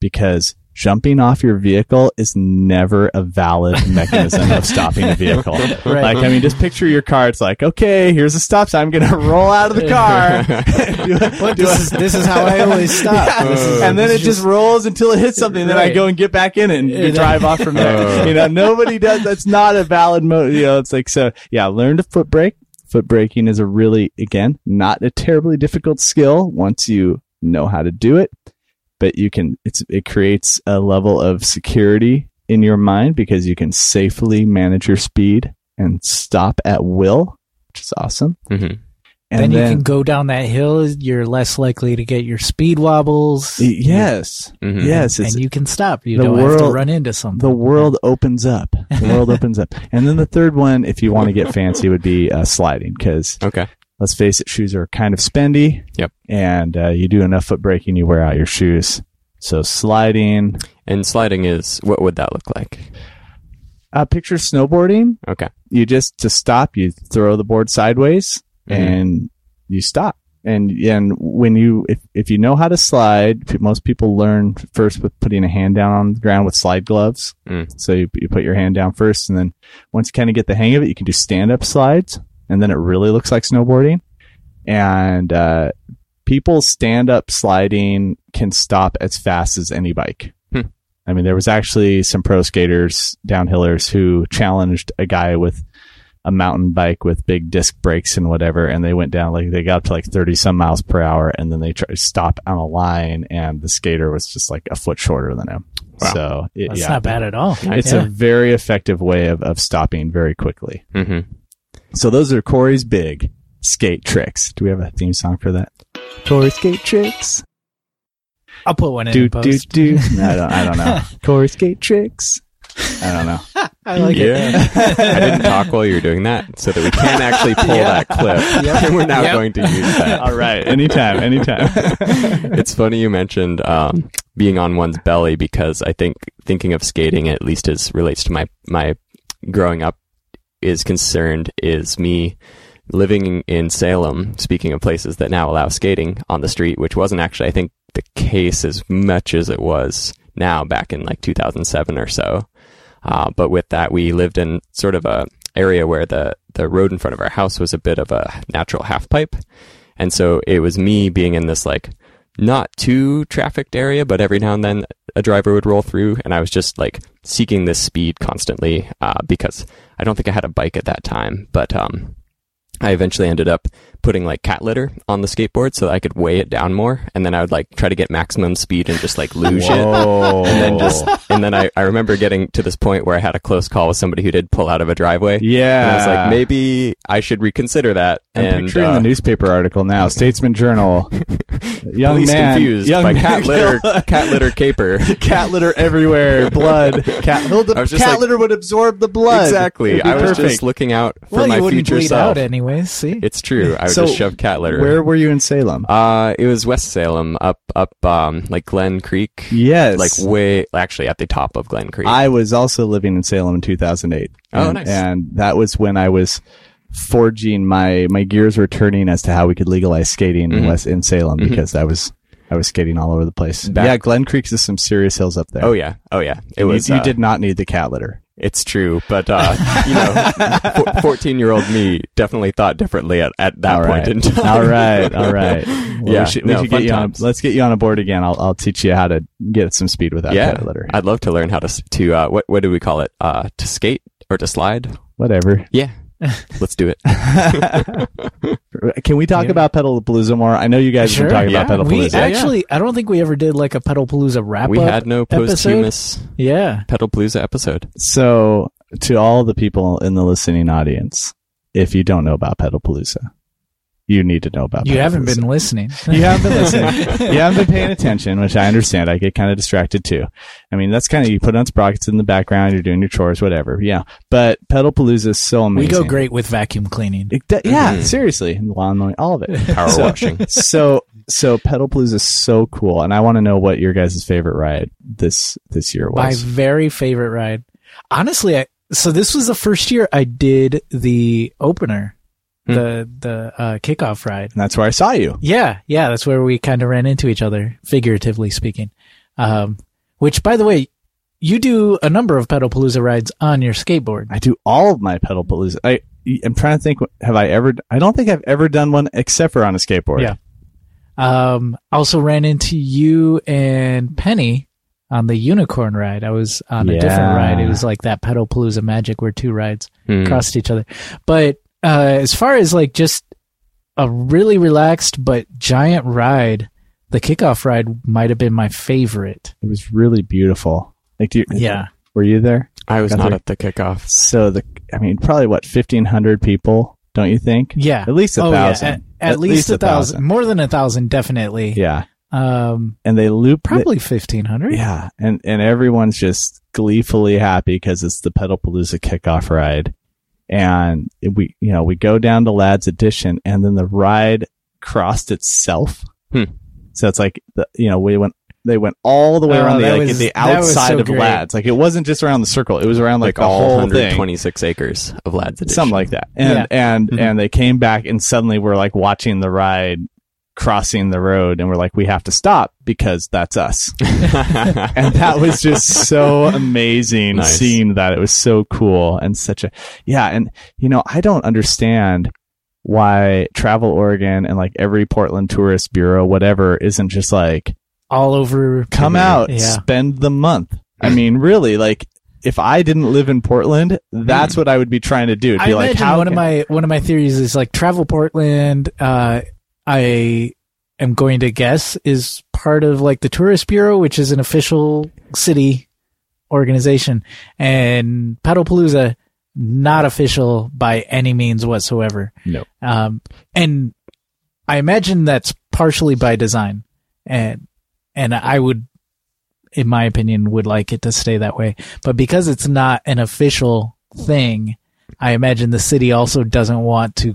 [SPEAKER 3] because jumping off your vehicle is never a valid mechanism of stopping a vehicle. Like, I mean, just picture your car. It's like, okay, here's a stop sign. I'm going to roll out of the car.
[SPEAKER 2] Look, this is this is how I always stop.
[SPEAKER 3] Yeah.
[SPEAKER 2] This is-
[SPEAKER 3] and then
[SPEAKER 2] this
[SPEAKER 3] it
[SPEAKER 2] is
[SPEAKER 3] just rolls until it hits something. Then I
[SPEAKER 2] Right.
[SPEAKER 3] go and get back in it and
[SPEAKER 2] And
[SPEAKER 3] drive off from there.
[SPEAKER 1] Uh.
[SPEAKER 3] you know, nobody does. That's not a valid mode. You know, it's like so. Yeah, learn to foot brake. Foot braking is a really, again, not a terribly difficult skill once you know how to do it. But you can. It's it creates a level of security in your mind because you can safely manage your speed and stop at will, which is awesome.
[SPEAKER 1] hmm
[SPEAKER 2] then,
[SPEAKER 3] And
[SPEAKER 2] you can go down that hill. You're less likely to get your speed wobbles.
[SPEAKER 3] Yes.
[SPEAKER 1] Mhm.
[SPEAKER 3] Yes.
[SPEAKER 2] and
[SPEAKER 3] It's,
[SPEAKER 2] you can stop. You
[SPEAKER 3] the
[SPEAKER 2] don't have to
[SPEAKER 3] world-
[SPEAKER 2] run into something.
[SPEAKER 3] the world opens up. The world opens up. And then the third one, if you want to get fancy, would be uh, sliding because
[SPEAKER 1] Okay.
[SPEAKER 3] let's face it, shoes are kind of spendy.
[SPEAKER 1] Yep.
[SPEAKER 3] And uh, you do enough foot braking, you wear out your shoes. So sliding,
[SPEAKER 1] And sliding is what would that look like?
[SPEAKER 3] uh, picture snowboarding.
[SPEAKER 1] Okay.
[SPEAKER 3] You just to stop, you throw the board sideways
[SPEAKER 1] Mhm.
[SPEAKER 3] and you stop. And and when you if, if you know how to slide, p- most people learn first with putting a hand down on the ground with slide gloves.
[SPEAKER 1] Mm.
[SPEAKER 3] So you, you put your hand down first, and then once you kind of get the hang of it, you can do stand up slides, and then it really looks like snowboarding. And uh, people stand up sliding can stop as fast as any bike.
[SPEAKER 1] Hmm.
[SPEAKER 3] I mean, there was actually some pro skaters, downhillers, who challenged a guy with a mountain bike with big disc brakes and whatever, and they went down like they got up to like thirty some miles per hour, and then they tried to stop on a line, and the skater was just like a foot shorter than him.
[SPEAKER 1] Wow.
[SPEAKER 3] So it,
[SPEAKER 2] That's
[SPEAKER 3] yeah,
[SPEAKER 2] not bad at all.
[SPEAKER 3] It's a very effective way of, of stopping very quickly.
[SPEAKER 1] hmm
[SPEAKER 3] So those are Corey's big skate tricks. Do we have a theme song for that? Corey skate tricks.
[SPEAKER 2] I'll put one in.
[SPEAKER 3] Do
[SPEAKER 2] Do,
[SPEAKER 3] do do. I don't. I don't know. Corey skate tricks. I don't know.
[SPEAKER 2] I like it.
[SPEAKER 1] yeah. I didn't talk while you were doing that, so that we can actually pull that clip. And we're now
[SPEAKER 2] Yep.
[SPEAKER 1] going to use that.
[SPEAKER 3] All right. Anytime. Anytime.
[SPEAKER 1] it's funny you mentioned um, being on one's belly because I think thinking of skating, at least as relates to my my growing up, is concerned is me living in Salem. Speaking of places that now allow skating on the street, which wasn't actually I think the case as much as it was now back in like 2007 or so. Uh, but with that, we lived in sort of a area where the the road in front of our house was a bit of a natural half pipe. And so it was me being in this like not too trafficked area, but every now and then a driver would roll through, and I was just like seeking this speed constantly uh, because I don't think I had a bike at that time. But um, I eventually ended up putting like cat litter on the skateboard so that I could weigh it down more, and then I would like try to get maximum speed and just like luge it
[SPEAKER 3] Whoa.
[SPEAKER 1] and then just and then I, I remember getting to this point where I had a close call with somebody who did pull out of a driveway.
[SPEAKER 3] yeah.
[SPEAKER 1] And I was like, maybe I should reconsider that.
[SPEAKER 3] I'm
[SPEAKER 1] and
[SPEAKER 3] picturing
[SPEAKER 1] uh,
[SPEAKER 3] the newspaper article now, Statesman Journal. Young
[SPEAKER 1] uh, police
[SPEAKER 3] man,
[SPEAKER 1] confused
[SPEAKER 3] young
[SPEAKER 1] by
[SPEAKER 3] man-
[SPEAKER 1] cat litter, cat litter caper.
[SPEAKER 3] cat litter everywhere, blood. Cat, well, the
[SPEAKER 1] I was just
[SPEAKER 3] cat
[SPEAKER 1] like-
[SPEAKER 3] litter would absorb the blood.
[SPEAKER 1] Exactly.
[SPEAKER 3] It'd be
[SPEAKER 1] I was
[SPEAKER 3] perfect.
[SPEAKER 1] just looking out for
[SPEAKER 2] Well,
[SPEAKER 1] my
[SPEAKER 2] you wouldn't
[SPEAKER 1] future
[SPEAKER 2] bleed
[SPEAKER 1] self.
[SPEAKER 2] out anyways. See,
[SPEAKER 1] It's true. I would
[SPEAKER 3] So,
[SPEAKER 1] just shove cat litter.
[SPEAKER 3] Where were you in Salem?
[SPEAKER 1] Uh, it was West Salem, up up um like Glen Creek.
[SPEAKER 3] yes,
[SPEAKER 1] Like way actually at the top of Glen Creek.
[SPEAKER 3] I was also living in Salem in 2008.
[SPEAKER 1] Oh,
[SPEAKER 3] and,
[SPEAKER 1] nice.
[SPEAKER 3] And that was when I was forging my my gears were turning as to how we could legalize skating in
[SPEAKER 1] Mhm.
[SPEAKER 3] West in Salem
[SPEAKER 1] Mhm.
[SPEAKER 3] because I was I was skating all over the place.
[SPEAKER 1] Back-
[SPEAKER 3] yeah, Glen Creek is some serious hills up there.
[SPEAKER 1] oh yeah. Oh yeah. It
[SPEAKER 3] You-
[SPEAKER 1] was
[SPEAKER 3] you,
[SPEAKER 1] uh,
[SPEAKER 3] did not need the cat litter.
[SPEAKER 1] It's true, but uh, you know, fourteen-year-old me definitely thought differently at, at that
[SPEAKER 3] All
[SPEAKER 1] point
[SPEAKER 3] right.
[SPEAKER 1] in time.
[SPEAKER 3] All right, all right. Well,
[SPEAKER 1] Yeah,
[SPEAKER 3] we should, we
[SPEAKER 1] no,
[SPEAKER 3] should
[SPEAKER 1] fun
[SPEAKER 3] get you on,
[SPEAKER 1] times.
[SPEAKER 3] let's get you on a board again. I'll, I'll teach you how to get some speed without
[SPEAKER 1] Yeah.
[SPEAKER 3] cat litter.
[SPEAKER 1] I'd love to learn how to s- to uh, what what do we call it? Uh, to skate or to slide?
[SPEAKER 3] Whatever.
[SPEAKER 1] Yeah, let's do it.
[SPEAKER 3] Can we talk
[SPEAKER 2] Yeah.
[SPEAKER 3] about pedal palooza more? I know you guys
[SPEAKER 2] Sure.
[SPEAKER 3] have been talking
[SPEAKER 1] Yeah,
[SPEAKER 3] about pedal
[SPEAKER 2] we
[SPEAKER 3] palooza.
[SPEAKER 2] actually, I don't think we ever did like a pedal palooza wrap
[SPEAKER 1] we
[SPEAKER 2] up.
[SPEAKER 1] had no
[SPEAKER 2] episode?
[SPEAKER 1] posthumous
[SPEAKER 2] yeah.
[SPEAKER 1] pedal palooza episode.
[SPEAKER 3] So, to all the people in the listening audience, if you don't know about Pedalpalooza, you need to know about.
[SPEAKER 2] You haven't
[SPEAKER 3] Pedalpalooza.
[SPEAKER 2] been listening.
[SPEAKER 3] You haven't been listening. you haven't been paying attention, which I understand. I get kind of distracted too. I mean, that's kind of you put on sprockets in the background, you're doing your chores, whatever. Yeah, but Pedalpalooza is so
[SPEAKER 2] we
[SPEAKER 3] amazing.
[SPEAKER 2] go great with vacuum cleaning.
[SPEAKER 3] It do- yeah,
[SPEAKER 1] Mhm.
[SPEAKER 3] seriously, lawn mowing, all of it.
[SPEAKER 1] Power
[SPEAKER 3] So-
[SPEAKER 1] washing.
[SPEAKER 3] so, so Pedalpalooza is so cool, and I want to know what your guys' favorite ride this this year
[SPEAKER 2] My
[SPEAKER 3] was.
[SPEAKER 2] very favorite ride. Honestly, I, so this was the first year I did the opener,
[SPEAKER 1] Hmm.
[SPEAKER 2] the the uh, kickoff ride.
[SPEAKER 3] and that's where I saw you.
[SPEAKER 2] Yeah, yeah, that's where we kind of ran into each other, figuratively speaking. Um, which, by the way, you do a number of Pedalpalooza rides on your skateboard.
[SPEAKER 3] I do all of my pedal palooza. I I'm trying to think. Have I ever? I don't think I've ever done one except for on a skateboard.
[SPEAKER 2] Yeah. Um, I also ran into you and Penny on the unicorn ride. I was on a
[SPEAKER 3] Yeah.
[SPEAKER 2] different ride. It was like that Pedalpalooza magic where two rides
[SPEAKER 1] Hmm.
[SPEAKER 2] crossed each other. But uh, as far as like just a really relaxed but giant ride, the kickoff ride might have been my favorite.
[SPEAKER 3] It was really beautiful. Like, do you,
[SPEAKER 2] Yeah.
[SPEAKER 3] Were you there?
[SPEAKER 1] I was
[SPEAKER 3] Got
[SPEAKER 1] not
[SPEAKER 3] there.
[SPEAKER 1] at the kickoff.
[SPEAKER 3] So the, I mean, probably what 1,500 people, don't you think?
[SPEAKER 2] Yeah.
[SPEAKER 3] At least a
[SPEAKER 2] Oh, yeah.
[SPEAKER 3] thousand.
[SPEAKER 2] At, at least, a thousand. More than a thousand, definitely.
[SPEAKER 3] Yeah.
[SPEAKER 2] Um,
[SPEAKER 3] And they loop. they-
[SPEAKER 2] probably fifteen hundred.
[SPEAKER 3] yeah. And and everyone's just gleefully happy because it's the pedal palooza kickoff ride, and we you know we go down to Lad's Edition, and then the ride crossed itself.
[SPEAKER 1] Hmm.
[SPEAKER 3] So it's like the, you know we went They went all the way
[SPEAKER 2] Oh,
[SPEAKER 3] around the
[SPEAKER 2] that
[SPEAKER 3] like
[SPEAKER 2] was-
[SPEAKER 3] the
[SPEAKER 2] that was
[SPEAKER 3] outside
[SPEAKER 2] so
[SPEAKER 3] of
[SPEAKER 2] great.
[SPEAKER 3] Lads. Like it wasn't just around the circle; it was around like,
[SPEAKER 1] like,
[SPEAKER 3] the
[SPEAKER 1] all
[SPEAKER 3] whole thing.
[SPEAKER 1] 126 acres of Lads Edition.
[SPEAKER 3] something like that. And and
[SPEAKER 2] Mm-hmm.
[SPEAKER 3] and they came back and suddenly we're like watching the ride crossing the road and we're like we have to stop because that's us. and that was just so amazing
[SPEAKER 1] Nice.
[SPEAKER 3] seeing that. It was so cool and such a yeah, and you know, I don't understand why Travel Oregon and like every Portland Tourist Bureau whatever isn't just like
[SPEAKER 2] all over.
[SPEAKER 3] come out,
[SPEAKER 2] Yeah.
[SPEAKER 3] spend the month. I mean, really like if I didn't live in Portland, that's what I would be trying to do. To
[SPEAKER 2] I
[SPEAKER 3] be like,
[SPEAKER 2] imagine
[SPEAKER 3] how
[SPEAKER 2] one of
[SPEAKER 3] can-
[SPEAKER 2] my one of my theories is like travel Portland. Uh, I am going to guess is part of like the Tourist Bureau, which is an official city organization, and Paddlepalooza not official by any means whatsoever.
[SPEAKER 3] No.
[SPEAKER 2] um, and I imagine that's partially by design, and and I would. In my opinion, would like it to stay that way, but because it's not an official thing, I imagine the city also doesn't want to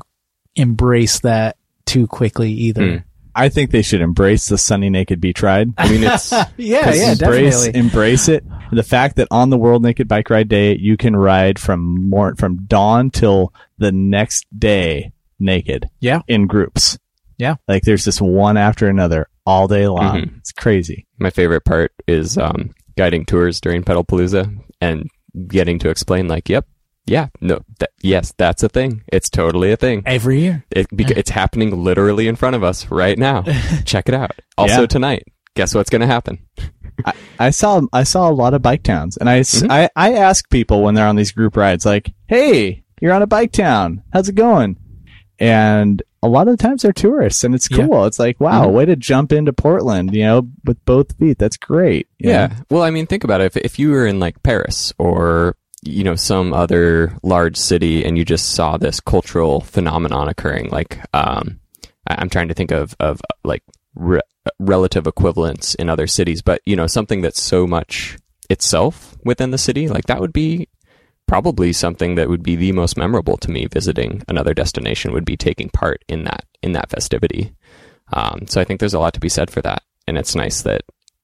[SPEAKER 2] embrace that too quickly either.
[SPEAKER 3] Hmm.
[SPEAKER 1] Mm.
[SPEAKER 3] I think they should embrace the sunny naked beach ride.
[SPEAKER 1] I mean, it's
[SPEAKER 2] Yeah, yeah,
[SPEAKER 3] embrace,
[SPEAKER 2] definitely.
[SPEAKER 3] Embrace it. The fact that on the World Naked Bike Ride Day, you can ride from mor- from dawn till the next day naked.
[SPEAKER 2] Yeah.
[SPEAKER 3] In groups.
[SPEAKER 2] Yeah.
[SPEAKER 3] Like there's just one after another all day long. It's crazy.
[SPEAKER 1] my favorite part is um, guiding tours during Pedalpalooza and getting to explain, like, yep, yeah, no, that, yes, that's a thing. It's totally a thing.
[SPEAKER 2] Every year.
[SPEAKER 1] It, beca- it's happening literally in front of us right now. Check it out. Also
[SPEAKER 3] Yeah.
[SPEAKER 1] tonight, guess what's going to happen?
[SPEAKER 3] I saw I saw a lot of bike towns, and I, s- I I ask people when they're on these group rides, like, "Hey, you're on a bike town. How's it going?" And a lot of the times they're tourists, and it's
[SPEAKER 2] Yeah. Mm-hmm.
[SPEAKER 3] cool. It's like, wow, way to jump into Portland, you know, with both feet. That's great. you know?
[SPEAKER 1] Well, I mean, think about it. If, if you were in like Paris or you know some other large city and you just saw this cultural phenomenon occurring, like um, I- I'm trying to think of of uh, like re- relative equivalents in other cities, but you know something that's so much itself within the city, like that would be probably something that would be the most memorable to me visiting another destination would be taking part in that in that festivity. Um, so I think there's a lot to be said for that, and it's nice that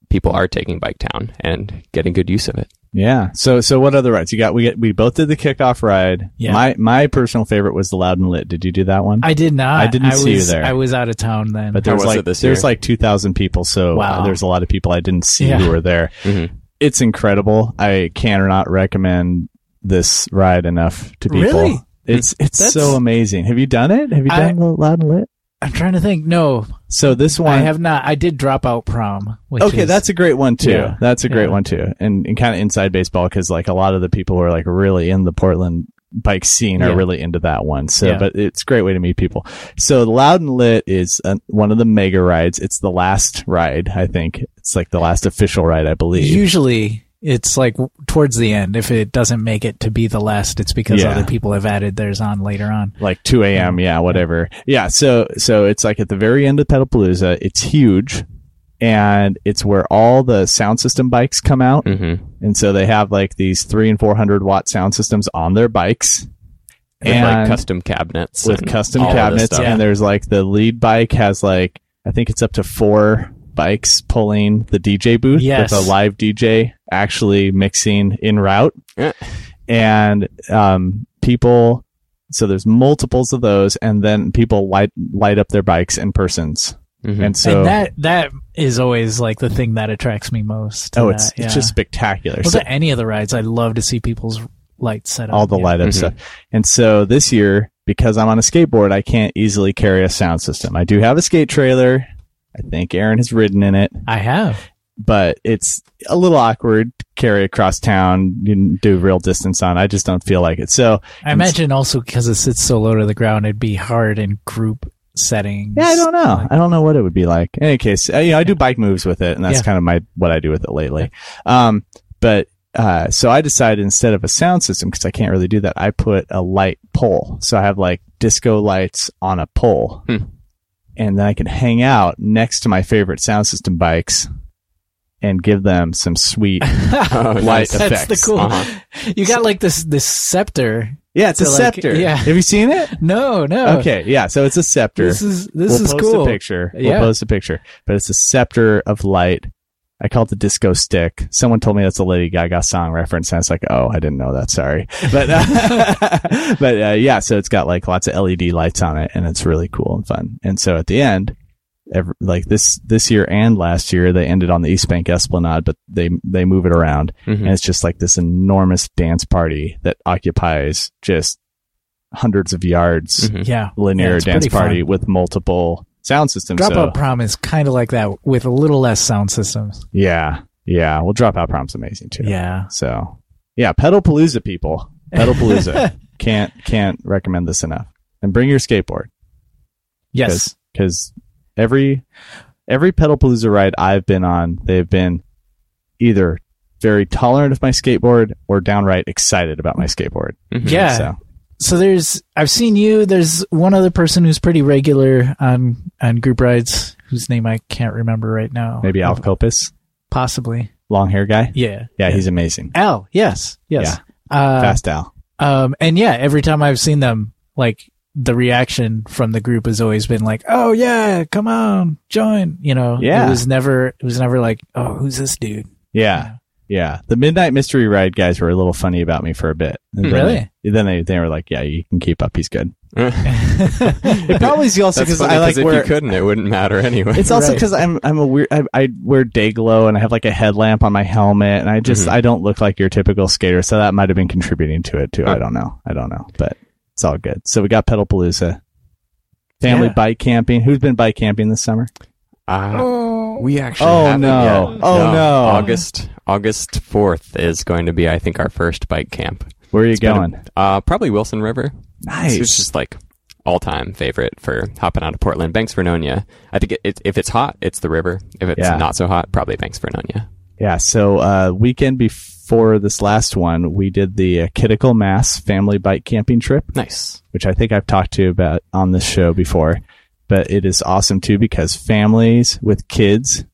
[SPEAKER 1] people are taking Bike Town and getting good use of it.
[SPEAKER 3] Yeah. So so what other rides you got? We get, we both did the kickoff ride.
[SPEAKER 2] Yeah.
[SPEAKER 3] My my personal favorite was the Loud and Lit. Did you do that one?
[SPEAKER 2] I did not.
[SPEAKER 3] I didn't see you
[SPEAKER 2] was-
[SPEAKER 3] there.
[SPEAKER 2] I was out of town then.
[SPEAKER 3] but
[SPEAKER 1] How
[SPEAKER 3] there's
[SPEAKER 1] was
[SPEAKER 3] like
[SPEAKER 1] it this
[SPEAKER 3] there's
[SPEAKER 1] year?
[SPEAKER 3] like two thousand people, so
[SPEAKER 2] Wow.
[SPEAKER 3] uh, there's a lot of people I didn't see
[SPEAKER 2] Yeah.
[SPEAKER 3] who were there.
[SPEAKER 1] Mhm.
[SPEAKER 3] It's incredible. I cannot recommend this ride enough to people.
[SPEAKER 2] Really?
[SPEAKER 3] It's it's
[SPEAKER 2] That's-
[SPEAKER 3] so amazing. Have you done it? Have you
[SPEAKER 2] I-
[SPEAKER 3] done the Loud and Lit?
[SPEAKER 2] I'm trying to think. No,
[SPEAKER 3] So this one
[SPEAKER 2] I have not. I did drop out prom. Which
[SPEAKER 3] Okay,
[SPEAKER 2] is-
[SPEAKER 3] that's a great one too.
[SPEAKER 2] Yeah.
[SPEAKER 3] That's a great
[SPEAKER 2] Yeah.
[SPEAKER 3] one too, and, and kind of inside baseball because like a lot of the people who are like really in the Portland bike scene are
[SPEAKER 2] Yeah.
[SPEAKER 3] really into that one. So,
[SPEAKER 2] Yeah.
[SPEAKER 3] but it's a great way to meet people. So, Loud and Lit is uh one of the mega rides. It's the last ride, I think. It's like the last official ride, I believe.
[SPEAKER 2] usually it's like w- towards the end. If it doesn't make it to be the last, it's because
[SPEAKER 3] Yeah.
[SPEAKER 2] other people have added theirs on later on.
[SPEAKER 3] like 2 a.m. Yeah, whatever. Yeah. So, so it's like at the very end of Pedalpalooza. It's huge. And it's where all the sound system bikes come out.
[SPEAKER 1] Mhm.
[SPEAKER 3] And so they have like these three and 400 watt sound systems on their bikes.
[SPEAKER 1] With like custom cabinets,
[SPEAKER 3] with
[SPEAKER 1] and
[SPEAKER 3] custom
[SPEAKER 1] all of this
[SPEAKER 3] cabinets.
[SPEAKER 1] stuff.
[SPEAKER 3] And there's like the lead bike has like, I think it's up to four bikes pulling the DJ booth
[SPEAKER 2] Yes.
[SPEAKER 3] with a live DJ actually mixing in route.
[SPEAKER 1] Yeah.
[SPEAKER 3] And um, people, so there's multiples of those. And then people light, light up their bikes and persons.
[SPEAKER 1] Mhm.
[SPEAKER 3] And so.
[SPEAKER 2] and that that is always like the thing that attracts me most. to
[SPEAKER 3] Oh, it's
[SPEAKER 2] that, yeah.
[SPEAKER 3] it's just spectacular.
[SPEAKER 2] Well,
[SPEAKER 3] So-
[SPEAKER 2] to any of the rides, I love to see people's lights set up.
[SPEAKER 3] all the
[SPEAKER 2] yeah.
[SPEAKER 3] light up
[SPEAKER 1] Mhm.
[SPEAKER 3] stuff. And so this year, because I'm on a skateboard, I can't easily carry a sound system. I do have a skate trailer. I think Aaron has ridden in it,
[SPEAKER 2] I have.
[SPEAKER 3] but it's a little awkward to carry across town, didn't do real distance on. I just don't feel like it. So
[SPEAKER 2] I imagine also because it sits so low to the ground, it'd be hard in group settings.
[SPEAKER 3] yeah, I don't know. I don't know what it would be like. In any case, uh, you know, I do bike moves with it, and that's
[SPEAKER 2] Yeah.
[SPEAKER 3] kind of my what I do with it lately. Um, but uh, so I decided instead of a sound system because I can't really do that, I put a light pole. So I have like disco lights on a pole,
[SPEAKER 1] Hmm.
[SPEAKER 3] and then I can hang out next to my favorite sound system bikes and give them some sweet
[SPEAKER 1] Oh,
[SPEAKER 3] light
[SPEAKER 1] nice.
[SPEAKER 2] That's
[SPEAKER 3] effects.
[SPEAKER 2] the cool.
[SPEAKER 1] Uh-huh.
[SPEAKER 2] You got like this this scepter.
[SPEAKER 3] Yeah, it's
[SPEAKER 2] So,
[SPEAKER 3] a
[SPEAKER 2] like,
[SPEAKER 3] scepter.
[SPEAKER 2] yeah. Oh.
[SPEAKER 3] Have you seen it?
[SPEAKER 2] No, no.
[SPEAKER 3] Okay, yeah. So it's a scepter.
[SPEAKER 2] This is this
[SPEAKER 3] we'll
[SPEAKER 2] is
[SPEAKER 3] post
[SPEAKER 2] cool.
[SPEAKER 3] a picture.
[SPEAKER 2] Yeah.
[SPEAKER 3] We'll post a picture. But it's a scepter of light I call it the disco stick. Someone told me that's a Lady Gaga song reference, and I was like, "Oh, I didn't know that. Sorry." But uh, but uh, yeah, so it's got like lots of LED lights on it, and it's really cool and fun. And so at the end, every, like this this year and last year, they ended on the East Bank Esplanade, but they they move it around,
[SPEAKER 1] Mhm.
[SPEAKER 2] Hmm.
[SPEAKER 3] and it's just like this enormous dance party that occupies just hundreds of yards
[SPEAKER 1] Mhm.
[SPEAKER 2] Yeah.
[SPEAKER 3] linear
[SPEAKER 2] Yeah, it's
[SPEAKER 3] dance
[SPEAKER 2] pretty fun.
[SPEAKER 3] party with multiple sound systems.
[SPEAKER 2] Dropout
[SPEAKER 3] so-
[SPEAKER 2] Prom is kind of like that with a little less sound systems.
[SPEAKER 3] Yeah, yeah. Well, Dropout Prom's amazing too.
[SPEAKER 2] Yeah.
[SPEAKER 3] So, yeah, Pedal Palooza people, Pedal Palooza can't can't recommend this enough. And bring your skateboard
[SPEAKER 2] Yes.
[SPEAKER 3] because every every Pedal Palooza ride I've been on, they've been either very tolerant of my skateboard or downright excited about my skateboard.
[SPEAKER 1] Mhm.
[SPEAKER 2] Yeah.
[SPEAKER 3] So
[SPEAKER 2] So there's I've seen you. There's one other person who's pretty regular on on group rides whose name I can't remember right now.
[SPEAKER 3] maybe Al Copus,
[SPEAKER 2] Possibly.
[SPEAKER 3] long hair guy.
[SPEAKER 2] Yeah.
[SPEAKER 3] Yeah, he's amazing.
[SPEAKER 2] Al. Yes. Yes. Uh,
[SPEAKER 3] Fast Al.
[SPEAKER 2] Um, and yeah, every time I've seen them, like the reaction from the group has always been like, "Oh yeah, come on, join!" You know,
[SPEAKER 3] Yeah.
[SPEAKER 2] It was never, it was never like, "Oh, who's this dude?"
[SPEAKER 3] Yeah. Yeah. The Midnight Mystery Ride guys were a little funny about me for a bit. And then
[SPEAKER 2] Really?
[SPEAKER 3] They, then they, they were like, yeah, you can keep up. He's good.
[SPEAKER 2] yeah,
[SPEAKER 3] It probably is also
[SPEAKER 1] That's
[SPEAKER 3] because
[SPEAKER 1] funny,
[SPEAKER 3] I like
[SPEAKER 1] if
[SPEAKER 3] wear.
[SPEAKER 1] you couldn't, it wouldn't matter anyway.
[SPEAKER 3] It's also
[SPEAKER 2] Right.
[SPEAKER 3] because I'm I'm a weird I, I wear day glow and I have like a headlamp on my helmet and I just
[SPEAKER 1] Mhm.
[SPEAKER 3] I don't look like your typical skater so that might have been contributing to it too I
[SPEAKER 1] Huh.
[SPEAKER 3] don't know I don't know but it's all good so we got Pedalpalooza family
[SPEAKER 2] Yeah.
[SPEAKER 3] bike camping who's been bike camping this summer
[SPEAKER 1] Uh, we actually
[SPEAKER 3] Oh,
[SPEAKER 1] haven't
[SPEAKER 3] no.
[SPEAKER 1] yet.
[SPEAKER 3] Oh, no.
[SPEAKER 1] August August fourth is going to be I think our first bike camp.
[SPEAKER 3] where are you
[SPEAKER 1] been a-
[SPEAKER 3] going
[SPEAKER 1] Uh, probably Wilson River. It's
[SPEAKER 3] nice
[SPEAKER 1] just like all time favorite for hopping out of Portland. Banks Vernonia. I think it, it, if it's hot, it's the river. If it's
[SPEAKER 3] Yeah.
[SPEAKER 1] not so hot, probably Banks Vernonia.
[SPEAKER 3] yeah so uh, weekend before this last one we did the uh, Kittical Mass family bike camping trip
[SPEAKER 1] Nice.
[SPEAKER 3] which I think I've talked to you about on this show before. But it is awesome too because families with kids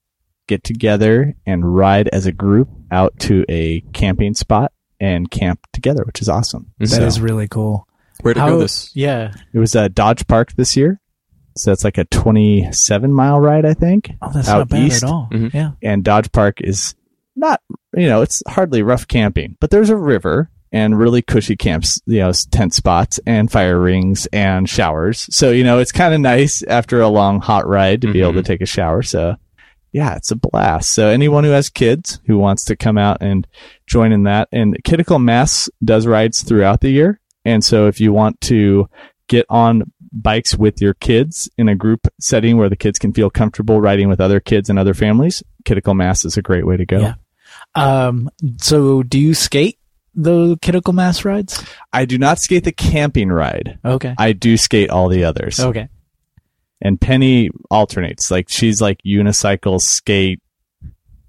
[SPEAKER 3] get together and ride as a group out to a camping spot and camp together, which is awesome.
[SPEAKER 1] Mhm.
[SPEAKER 2] that
[SPEAKER 3] So,
[SPEAKER 2] is really cool.
[SPEAKER 1] Where to
[SPEAKER 2] How-
[SPEAKER 1] go this?
[SPEAKER 2] Yeah.
[SPEAKER 3] it was uh, Dodge Park this year. So it's like a 27 mile ride, I think.
[SPEAKER 2] Oh, that's
[SPEAKER 3] Out
[SPEAKER 2] not bad
[SPEAKER 3] east?
[SPEAKER 2] at all.
[SPEAKER 1] Mhm.
[SPEAKER 2] Yeah.
[SPEAKER 3] and Dodge Park is not, you know, it's hardly rough camping, but there's a river and really cushy camps, you know, tent spots and fire rings and showers. So, you know, it's kind of nice after a long hot ride to be able to
[SPEAKER 1] Mhm.
[SPEAKER 3] take a shower. So, yeah, it's a blast. So, anyone who has kids who wants to come out and join in that, and Kittical Mass does rides throughout the year. And so, if you want to get on bikes with your kids in a group setting where the kids can feel comfortable riding with other kids and other families, Kittical Mass is a great way to go.
[SPEAKER 2] Yeah. Um. So, do you skate the Kittical Mass rides?
[SPEAKER 3] I do not skate the camping ride.
[SPEAKER 2] Okay.
[SPEAKER 3] I do skate all the others.
[SPEAKER 2] Okay.
[SPEAKER 3] And Penny alternates. Like she's like unicycle, skate,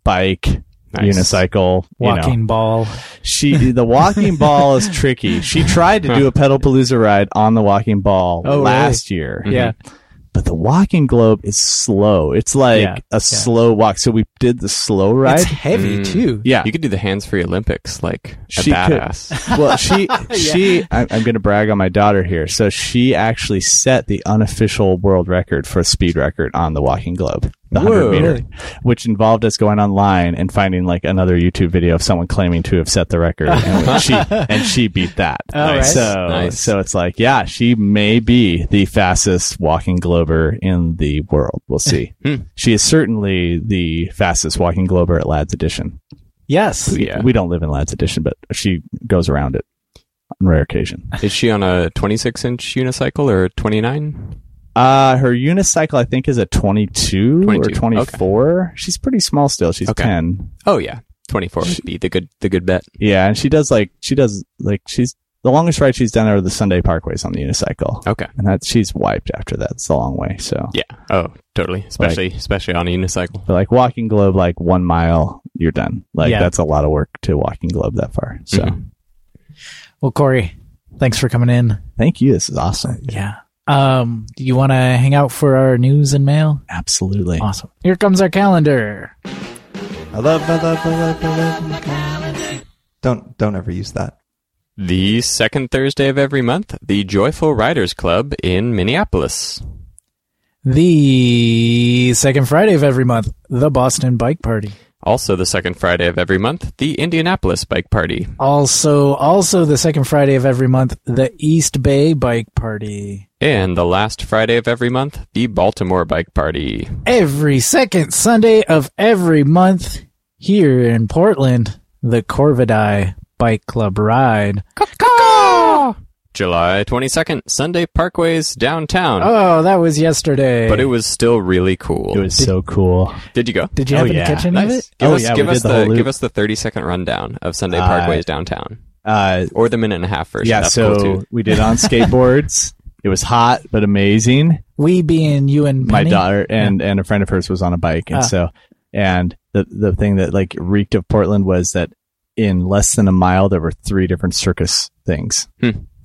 [SPEAKER 3] bike,
[SPEAKER 1] Nice.
[SPEAKER 3] unicycle,
[SPEAKER 2] Walking
[SPEAKER 3] You know. Mm-hmm.
[SPEAKER 2] ball.
[SPEAKER 3] She the walking ball is tricky. She tried to do a pedal palooza ride on the walking ball
[SPEAKER 2] Oh, really?
[SPEAKER 3] last year.
[SPEAKER 2] Yeah.
[SPEAKER 1] Mm-hmm.
[SPEAKER 3] But the walking globe is slow. It's like
[SPEAKER 2] Yeah,
[SPEAKER 3] a
[SPEAKER 2] yeah.
[SPEAKER 3] slow walk. So we did the slow ride.
[SPEAKER 2] It's heavy
[SPEAKER 1] Mm.
[SPEAKER 2] too.
[SPEAKER 3] yeah.
[SPEAKER 1] You could do the hands free Olympics like a
[SPEAKER 3] She could.
[SPEAKER 1] badass.
[SPEAKER 3] well, she she I, I'm going to brag on my daughter here. So she actually set the unofficial world record for a speed record on the Walking Globe, the 100
[SPEAKER 1] Whoa.
[SPEAKER 3] meter,
[SPEAKER 2] Really?
[SPEAKER 3] which involved us going online and finding like another YouTube video of someone claiming to have set the record, and we- she and she beat that.
[SPEAKER 2] All right.
[SPEAKER 3] So
[SPEAKER 1] Nice.
[SPEAKER 3] so it's like yeah, she may be the fastest Walking Glober in the world. We'll see.
[SPEAKER 1] Hmm.
[SPEAKER 3] she is certainly the fastest Walking Glober at Lads Edition.
[SPEAKER 2] Yes.
[SPEAKER 1] yeah.
[SPEAKER 3] We don't live in Lads Edition, but she goes around it on rare occasion.
[SPEAKER 1] Is she on a 26 inch unicycle or 29?
[SPEAKER 3] Uh, her unicycle, I think, is a 22,
[SPEAKER 1] 22,
[SPEAKER 3] or 24. She's pretty small still. She's
[SPEAKER 1] Okay.
[SPEAKER 3] 10.
[SPEAKER 1] Oh yeah, 24 would be the good the good bet.
[SPEAKER 3] Yeah, and she does like, she does like, she's the longest ride she's done are the Sunday Parkways on the unicycle.
[SPEAKER 1] Okay.
[SPEAKER 3] And that she's wiped after that. It's a long way. So,
[SPEAKER 1] Yeah. Oh, totally. Especially especially on a unicycle.
[SPEAKER 3] but like walking globe, like one mile, you're done. Like,
[SPEAKER 2] Yeah. Mm-hmm.
[SPEAKER 3] that's a lot of work to walking globe that far. So,
[SPEAKER 1] Mhm.
[SPEAKER 2] Well, Corey, thanks for coming in.
[SPEAKER 3] thank you. This is awesome.
[SPEAKER 2] Yeah. Um, do you want to hang out for our news and mail?
[SPEAKER 3] Absolutely.
[SPEAKER 2] Awesome. Here comes our calendar.
[SPEAKER 4] I love, I love, I love, I love. my calendar. Don't don't ever use that.
[SPEAKER 1] The second Thursday of every month, the Joyful Riders Club in Minneapolis.
[SPEAKER 2] The second Friday of every month, the Boston Bike Party.
[SPEAKER 1] Also, the second Friday of every month, the Indianapolis Bike Party.
[SPEAKER 2] Also, also the second Friday of every month, the East Bay Bike Party.
[SPEAKER 1] And the last Friday of every month, the Baltimore Bike Party.
[SPEAKER 2] Every second Sunday of every month here in Portland, the Corvidai Bike Club Ride.
[SPEAKER 1] July 22nd, Sunday Parkways downtown.
[SPEAKER 2] Oh, that was yesterday.
[SPEAKER 1] But it was still really cool.
[SPEAKER 3] It was so cool.
[SPEAKER 1] Did you go?
[SPEAKER 2] Did you
[SPEAKER 3] Oh,
[SPEAKER 2] happen
[SPEAKER 3] yeah.
[SPEAKER 2] to catch any of
[SPEAKER 1] Nice.
[SPEAKER 2] it?
[SPEAKER 1] Give
[SPEAKER 3] Oh,
[SPEAKER 1] us,
[SPEAKER 3] yeah,
[SPEAKER 1] give
[SPEAKER 3] we
[SPEAKER 1] us
[SPEAKER 3] did the whole loop.
[SPEAKER 1] give us the 30 second rundown of Sunday
[SPEAKER 3] Uh,
[SPEAKER 1] Parkways downtown,
[SPEAKER 3] Uh,
[SPEAKER 1] or the minute and a half version.
[SPEAKER 3] yeah,
[SPEAKER 1] That's
[SPEAKER 3] so
[SPEAKER 1] cool too.
[SPEAKER 3] we did on skateboards. It was hot but amazing.
[SPEAKER 2] We being you and
[SPEAKER 3] my
[SPEAKER 2] Penny?
[SPEAKER 3] daughter and and a friend of hers was on a bike and
[SPEAKER 2] Ah.
[SPEAKER 3] so and the the thing that like reeked of portland was that in less than a mile there were three different circus things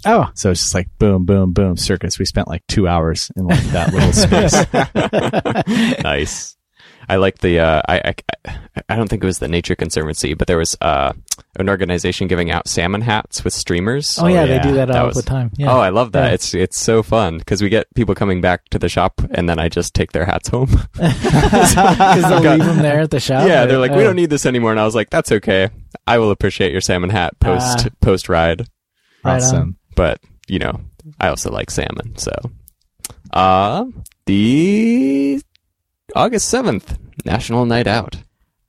[SPEAKER 2] Oh,
[SPEAKER 3] so it's just like boom boom boom circus we spent like two hours in like that little space
[SPEAKER 1] nice. I like the. Uh, I, I I don't think it was the Nature Conservancy, but there was uh, an organization giving out salmon hats with streamers.
[SPEAKER 2] oh, yeah,
[SPEAKER 3] yeah,
[SPEAKER 2] they do that all
[SPEAKER 1] that was-
[SPEAKER 2] the time. Yeah.
[SPEAKER 1] Oh, I love that.
[SPEAKER 2] Yeah.
[SPEAKER 1] It's it's so fun because we get people coming back to the shop, and then I just take their hats home.
[SPEAKER 2] because they'll leave them there at the shop.
[SPEAKER 1] yeah, they're like,
[SPEAKER 2] Oh.
[SPEAKER 1] we don't need this anymore, and I was like, that's okay. I will appreciate your salmon hat post
[SPEAKER 2] Ah.
[SPEAKER 1] post ride,
[SPEAKER 2] Right on.
[SPEAKER 3] awesome
[SPEAKER 1] but you know, I also like salmon, so. Uh the August seventh, National Night Out.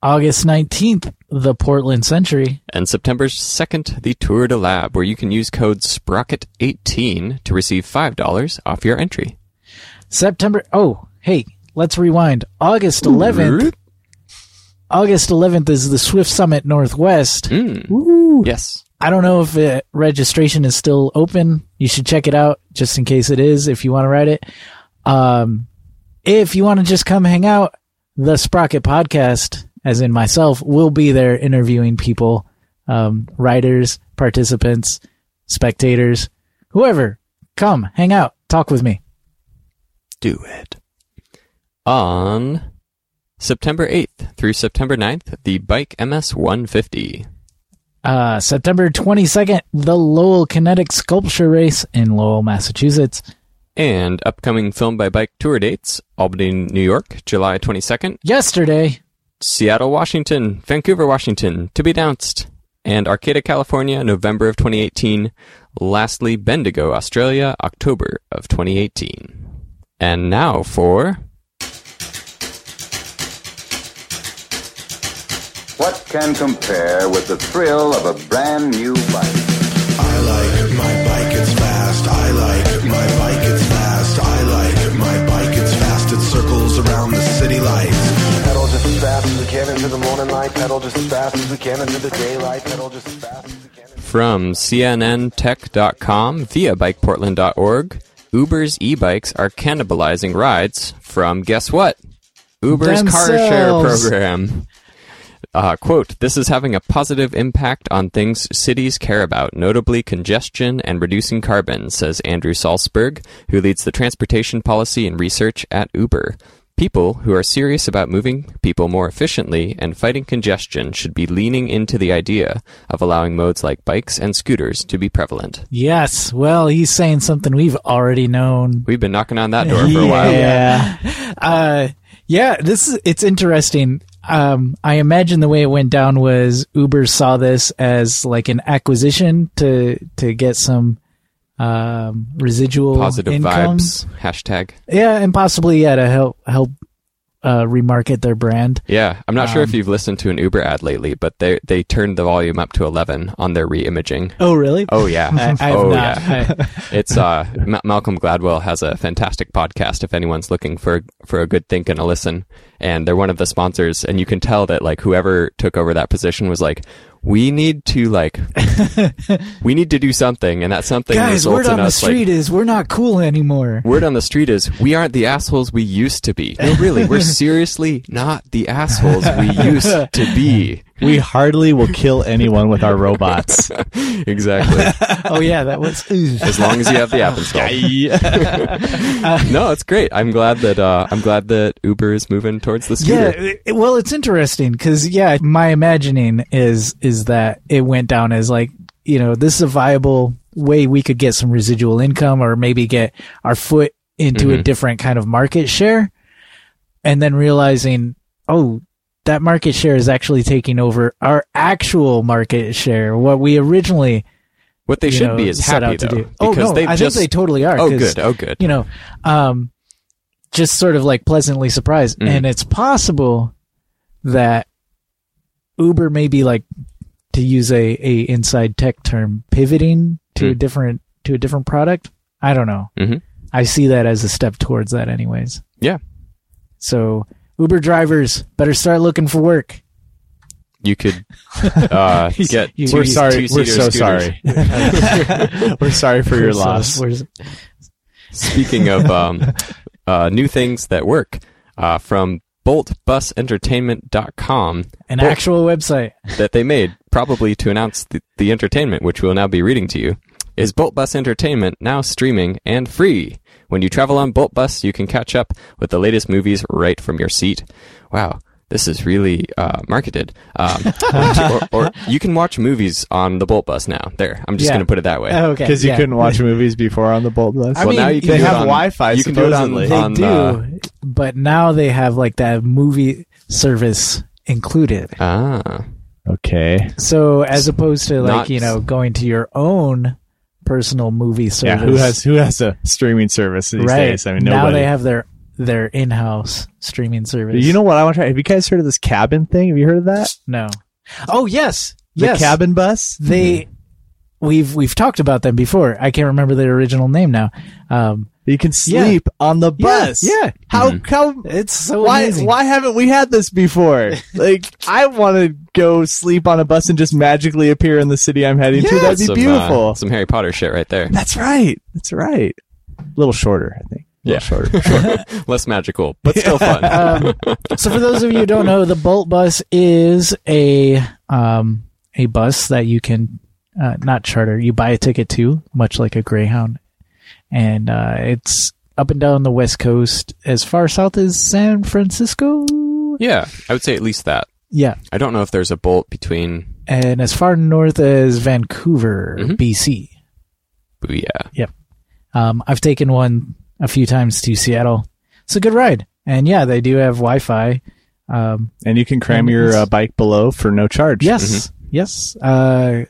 [SPEAKER 2] August 19th, the Portland Century.
[SPEAKER 1] And September 2nd, the Tour de Lab, where you can use code SPROCKET18 to receive $5 off your entry.
[SPEAKER 2] September. Oh, hey, let's rewind. August 11th. August 11th is the Swift Summit Northwest.
[SPEAKER 1] Mm. Yes.
[SPEAKER 2] I don't know if uh, registration is still open. You should check it out just in case it is if you want to ride it. Um, if you want to just come hang out, the Sprocket Podcast, as in myself, will be there interviewing people, um, riders, participants, spectators, whoever. Come hang out, talk with me.
[SPEAKER 1] Do it. On September 8th through September 9th, the Bike MS 150.
[SPEAKER 2] Uh, September 22nd, the Lowell Kinetic Sculpture Race in Lowell, Massachusetts.
[SPEAKER 1] And upcoming Film by Bike tour dates Albany, New York, July 22nd,
[SPEAKER 2] Yesterday,
[SPEAKER 1] Seattle, Washington, Vancouver, Washington, to be announced, and Arcata, California, November of 2018. Lastly, Bendigo, Australia, October of 2018. And now for
[SPEAKER 5] What can compare with the thrill of a brand new bike?
[SPEAKER 6] I like my bike, it's fast. I like my bike, it's fast. I like my bike, it's fast. It circles around the city lights.
[SPEAKER 7] Pedal just as fast as we can into the morning light. Pedal just as fast as we can into the daylight. Pedal just as fast as we can.
[SPEAKER 1] from cnntech.com via bikeportland.org. Uber's e-bikes are cannibalizing rides from guess what? Uber's car share
[SPEAKER 2] Themselves.
[SPEAKER 1] program. Uh, quote, this is having a positive impact on things cities care about, notably congestion and reducing carbon, says Andrew Salzberg, who leads the transportation policy and research at Uber. People who are serious about moving people more efficiently and fighting congestion should be leaning into the idea of allowing modes like bikes and scooters to be prevalent.
[SPEAKER 2] Yes. Well, he's saying something we've already known.
[SPEAKER 1] We've been knocking on that door for a while.
[SPEAKER 3] yeah
[SPEAKER 2] Uh, yeah, this is, it's interesting. Um, I imagine the way it went down was Uber saw this as like an acquisition to, to get some, um, residual
[SPEAKER 1] Positive
[SPEAKER 2] income.
[SPEAKER 1] vibes. Hashtag.
[SPEAKER 2] Yeah. And possibly, yeah, to help, help, uh, remarket their brand.
[SPEAKER 1] Yeah, I'm not sure if you've listened to an Uber ad lately, but they they turned the volume up to 11 on their re-imaging.
[SPEAKER 2] Oh, really?
[SPEAKER 1] Oh yeah,
[SPEAKER 2] I, I have
[SPEAKER 1] oh
[SPEAKER 2] not.
[SPEAKER 1] yeah. It's uh, Ma- Malcolm Gladwell has a fantastic podcast. If anyone's looking for for a good think and a listen, and they're one of the sponsors, and you can tell that like whoever took over that position was like, we need to like, we need to do something, and that
[SPEAKER 2] I,
[SPEAKER 1] something
[SPEAKER 2] guys,
[SPEAKER 1] results in
[SPEAKER 2] word on the
[SPEAKER 1] us like
[SPEAKER 2] street is we're not cool anymore.
[SPEAKER 1] Word on the street is we aren't the assholes we used to be. No, really, we're seriously not the assholes we used to be.
[SPEAKER 3] we hardly will kill anyone with our robots
[SPEAKER 1] Exactly.
[SPEAKER 2] oh, yeah, that was.
[SPEAKER 1] As long as you have the app installed. No, it's great. I'm glad that uh, I'm glad that Uber is moving towards the scooter.
[SPEAKER 2] Yeah, it- it- well, it's interesting because yeah, my imagining is is that it went down as like you know this is a viable way we could get some residual income or maybe get our foot
[SPEAKER 1] Mm-hmm.
[SPEAKER 2] into a different kind of market share, and then realizing oh that market share is actually taking over our actual market share, what we originally
[SPEAKER 1] What they
[SPEAKER 2] you
[SPEAKER 1] should
[SPEAKER 2] know,
[SPEAKER 1] be is
[SPEAKER 2] set
[SPEAKER 1] happy
[SPEAKER 2] out to
[SPEAKER 1] though,
[SPEAKER 2] do.
[SPEAKER 1] because
[SPEAKER 2] Oh no,
[SPEAKER 1] they've
[SPEAKER 2] I
[SPEAKER 1] just
[SPEAKER 2] think they totally are.
[SPEAKER 1] oh
[SPEAKER 2] 'cause,
[SPEAKER 1] good, oh good.
[SPEAKER 2] You know, um, just sort of like pleasantly surprised,
[SPEAKER 1] Mm.
[SPEAKER 2] and it's possible that Uber may be like to use a a inside tech term pivoting to a
[SPEAKER 1] Mm.
[SPEAKER 2] different to a different product. I don't know.
[SPEAKER 1] Mhm.
[SPEAKER 2] I see that as a step towards that, anyways.
[SPEAKER 1] Yeah.
[SPEAKER 2] So Uber drivers better start looking for work.
[SPEAKER 1] You could uh, get
[SPEAKER 2] you-
[SPEAKER 1] two,
[SPEAKER 2] We're
[SPEAKER 1] two
[SPEAKER 3] sorry. We're
[SPEAKER 1] seater
[SPEAKER 3] so
[SPEAKER 1] scooters.
[SPEAKER 3] sorry. we're sorry for your
[SPEAKER 2] So,
[SPEAKER 3] loss.
[SPEAKER 2] where's-
[SPEAKER 1] Speaking of um, uh, new things that work uh, from boltbusentertainment.com
[SPEAKER 2] an
[SPEAKER 1] Well-
[SPEAKER 2] actual website.
[SPEAKER 1] that they made, probably to announce the, the entertainment, which we'll now be reading to you, is Bolt Bus Entertainment now streaming and free. When you travel on Bolt Bus, you can catch up with the latest movies right from your seat. Wow. This is really uh, marketed. Um, or, or, or you can watch movies on the Bolt Bus now. There, I'm just
[SPEAKER 2] Yeah.
[SPEAKER 1] going to put it that way.
[SPEAKER 2] Oh, okay.
[SPEAKER 3] Because you
[SPEAKER 2] yeah.
[SPEAKER 3] couldn't watch movies before on the Bolt List.
[SPEAKER 2] I
[SPEAKER 1] well,
[SPEAKER 2] mean,
[SPEAKER 1] now you can
[SPEAKER 3] they
[SPEAKER 1] do it
[SPEAKER 3] have
[SPEAKER 1] on-
[SPEAKER 3] Wi-Fi,
[SPEAKER 1] You can do it on,
[SPEAKER 3] supposedly.
[SPEAKER 2] They
[SPEAKER 1] on,
[SPEAKER 2] do,
[SPEAKER 1] uh,
[SPEAKER 2] but now they have like that movie service included.
[SPEAKER 1] ah,
[SPEAKER 3] Okay.
[SPEAKER 2] So as opposed to like
[SPEAKER 1] Not-
[SPEAKER 2] you know going to your own personal movie
[SPEAKER 3] Yeah.
[SPEAKER 2] service.
[SPEAKER 3] Who has who has a streaming service these
[SPEAKER 2] right?
[SPEAKER 3] days? I mean, nobody.
[SPEAKER 2] now they have their their in-house streaming service.
[SPEAKER 3] You know what I want to try? Have you guys heard of this cabin thing? Have you heard of that?
[SPEAKER 2] no. Oh yes,
[SPEAKER 3] The
[SPEAKER 2] yes.
[SPEAKER 3] cabin Hmm. bus.
[SPEAKER 2] They we've we've talked about them before. I can't remember their original name now. Um,
[SPEAKER 3] You can
[SPEAKER 2] Yeah.
[SPEAKER 3] sleep on the bus.
[SPEAKER 2] yeah.
[SPEAKER 3] How how
[SPEAKER 2] it's so
[SPEAKER 3] why
[SPEAKER 2] amazing.
[SPEAKER 3] why haven't we had this before? like I want to go sleep on a bus and just magically appear in the city I'm heading to.
[SPEAKER 1] yeah,
[SPEAKER 3] That'd be
[SPEAKER 1] some, uh,
[SPEAKER 3] beautiful.
[SPEAKER 1] some Harry Potter shit right there.
[SPEAKER 3] That's right. That's right. A little shorter, I think. A little
[SPEAKER 1] Yeah.
[SPEAKER 3] shorter.
[SPEAKER 1] Less magical, but still fun.
[SPEAKER 2] um, so for those of you who don't know, the Bolt Bus is a um, a bus that you can uh, not charter. You buy a ticket to, much like a Greyhound, and uh, it's up and down the West Coast as far south as San Francisco.
[SPEAKER 1] yeah, I would say at least that.
[SPEAKER 2] Yeah,
[SPEAKER 1] I don't know if there's a bolt between.
[SPEAKER 2] and as far north as Vancouver,
[SPEAKER 1] Mhm.
[SPEAKER 2] BC.
[SPEAKER 1] Yeah,
[SPEAKER 2] Um, I've taken one a few times to Seattle. It's a good ride, and yeah, they do have Wi-Fi. Um,
[SPEAKER 3] and you can cram your uh, bike below for no charge.
[SPEAKER 2] Yes,
[SPEAKER 3] Mm-hmm.
[SPEAKER 2] yes. Uh,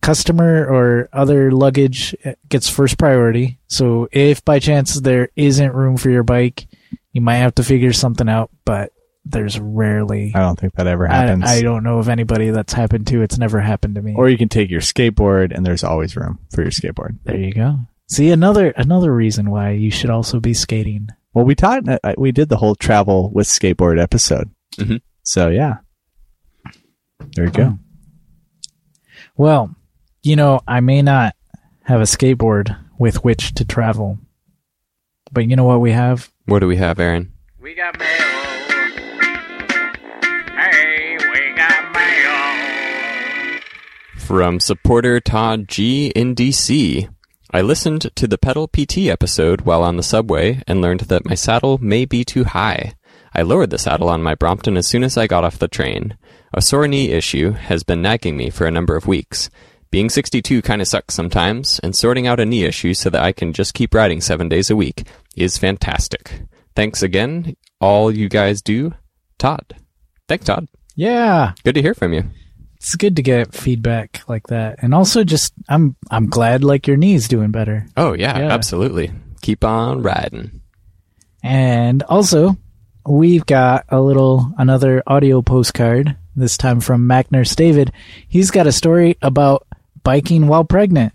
[SPEAKER 2] customer or other luggage uh, gets first priority. So if by chance there isn't room for your bike, you might have to figure something out. But there's rarely.
[SPEAKER 3] I don't think that ever
[SPEAKER 2] I,
[SPEAKER 3] happens.
[SPEAKER 2] I don't know of anybody that's happened to. It's never happened to me.
[SPEAKER 3] or you can take your skateboard, and there's always room for your skateboard.
[SPEAKER 2] there you go. See another another reason why you should also be skating.
[SPEAKER 3] Well, we taught, uh, we did the whole travel with skateboard episode.
[SPEAKER 1] Mhm.
[SPEAKER 3] So yeah, there you go.
[SPEAKER 2] Oh. Well, you know, I may not have a skateboard with which to travel, but you know what we have?
[SPEAKER 1] What do we have, Aaron?
[SPEAKER 8] We got mail. Hey, we got mail.
[SPEAKER 1] From supporter Todd G in DC. I listened to the Pedal PT episode while on the subway and learned that my saddle may be too high. I lowered the saddle on my Brompton as soon as I got off the train. A sore knee issue has been nagging me for a number of weeks. Being 62 kind of sucks sometimes, and sorting out a knee issue so that I can just keep riding seven days a week is fantastic. Thanks again, all you guys do. Todd. Thanks, Todd.
[SPEAKER 2] Yeah.
[SPEAKER 1] Good to hear from you.
[SPEAKER 2] it's good to get feedback like that and also just i'm i'm glad like your knee's doing better
[SPEAKER 1] Oh yeah,
[SPEAKER 2] Yeah.
[SPEAKER 1] absolutely. Keep on riding.
[SPEAKER 2] and also we've got a little another audio postcard this time from mac nurse david he's got a story about biking while pregnant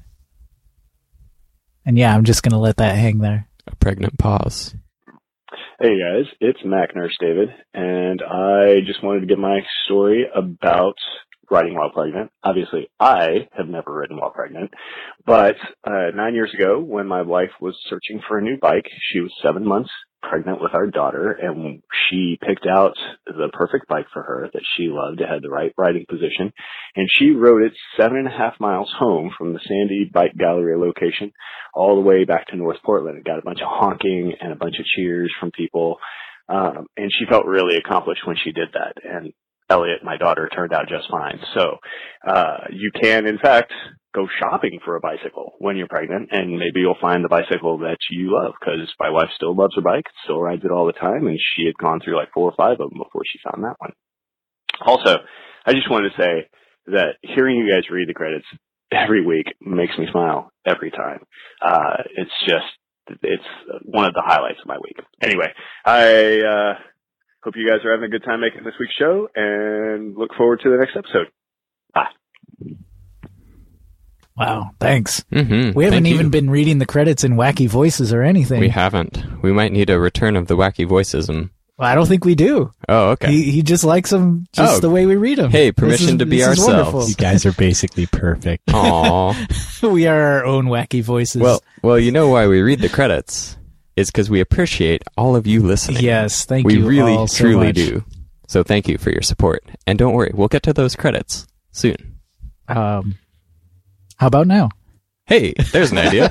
[SPEAKER 2] and yeah i'm just gonna let that hang there
[SPEAKER 1] A pregnant pause.
[SPEAKER 9] Hey guys, it's Mac Nurse David, and I just wanted to give my story about riding while pregnant. Obviously, I have never ridden while pregnant, but uh, nine years ago, when my wife was searching for a new bike, she was seven months pregnant with our daughter, and she picked out the perfect bike for her that she loved. It had the right riding position, and she rode it seven and a half miles home from the Sandy Bike Gallery location all the way back to North Portland. It got a bunch of honking and a bunch of cheers from people. Um, and she felt really accomplished when she did that. And Elliot, my daughter, turned out just fine. So, uh, you can, in fact, go shopping for a bicycle when you're pregnant, and maybe you'll find the bicycle that you love. Because my wife still loves her bike, still rides it all the time, and she had gone through like four or five of them before she found that one. Also, I just wanted to say that hearing you guys read the credits every week makes me smile every time. Uh, it's just, it's one of the highlights of my week. Anyway, I, uh, hope you guys are having a good time making this week's show and look forward to the next episode.
[SPEAKER 2] Wow, thanks.
[SPEAKER 1] Mm-hmm.
[SPEAKER 2] We haven't
[SPEAKER 1] Thank you.
[SPEAKER 2] even been reading the credits in wacky voices or anything.
[SPEAKER 1] We haven't. We might need a return of the wacky voiceism.
[SPEAKER 2] Well, I don't think we do.
[SPEAKER 1] Oh, okay.
[SPEAKER 2] He, he just likes them just
[SPEAKER 1] Oh.
[SPEAKER 2] the way we read them.
[SPEAKER 1] Hey, permission to be ourselves.
[SPEAKER 3] You guys are basically perfect.
[SPEAKER 1] Aw.
[SPEAKER 2] we are our own wacky voices.
[SPEAKER 1] well, well, you know why we read the credits? It's because we appreciate all of you listening.
[SPEAKER 2] yes, thank
[SPEAKER 1] we
[SPEAKER 2] you.
[SPEAKER 1] really,
[SPEAKER 2] all so
[SPEAKER 1] truly
[SPEAKER 2] much.
[SPEAKER 1] do. So thank you for your support. And don't worry, we'll get to those credits soon.
[SPEAKER 2] Um, how about now?
[SPEAKER 1] Hey, there's an idea.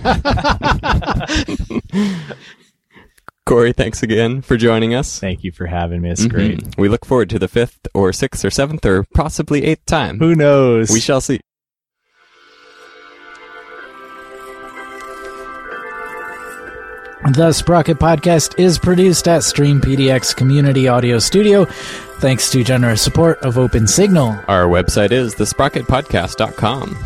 [SPEAKER 1] Corey, thanks again for joining us.
[SPEAKER 3] Thank you for having me. It's great.
[SPEAKER 1] Mhm. We look forward to the fifth or sixth or seventh or possibly eighth time.
[SPEAKER 3] Who knows?
[SPEAKER 1] We shall see.
[SPEAKER 2] The Sprocket Podcast is produced at Stream PDX Community Audio Studio, thanks to generous support of Open Signal.
[SPEAKER 1] Our website is thesprocketpodcast.com.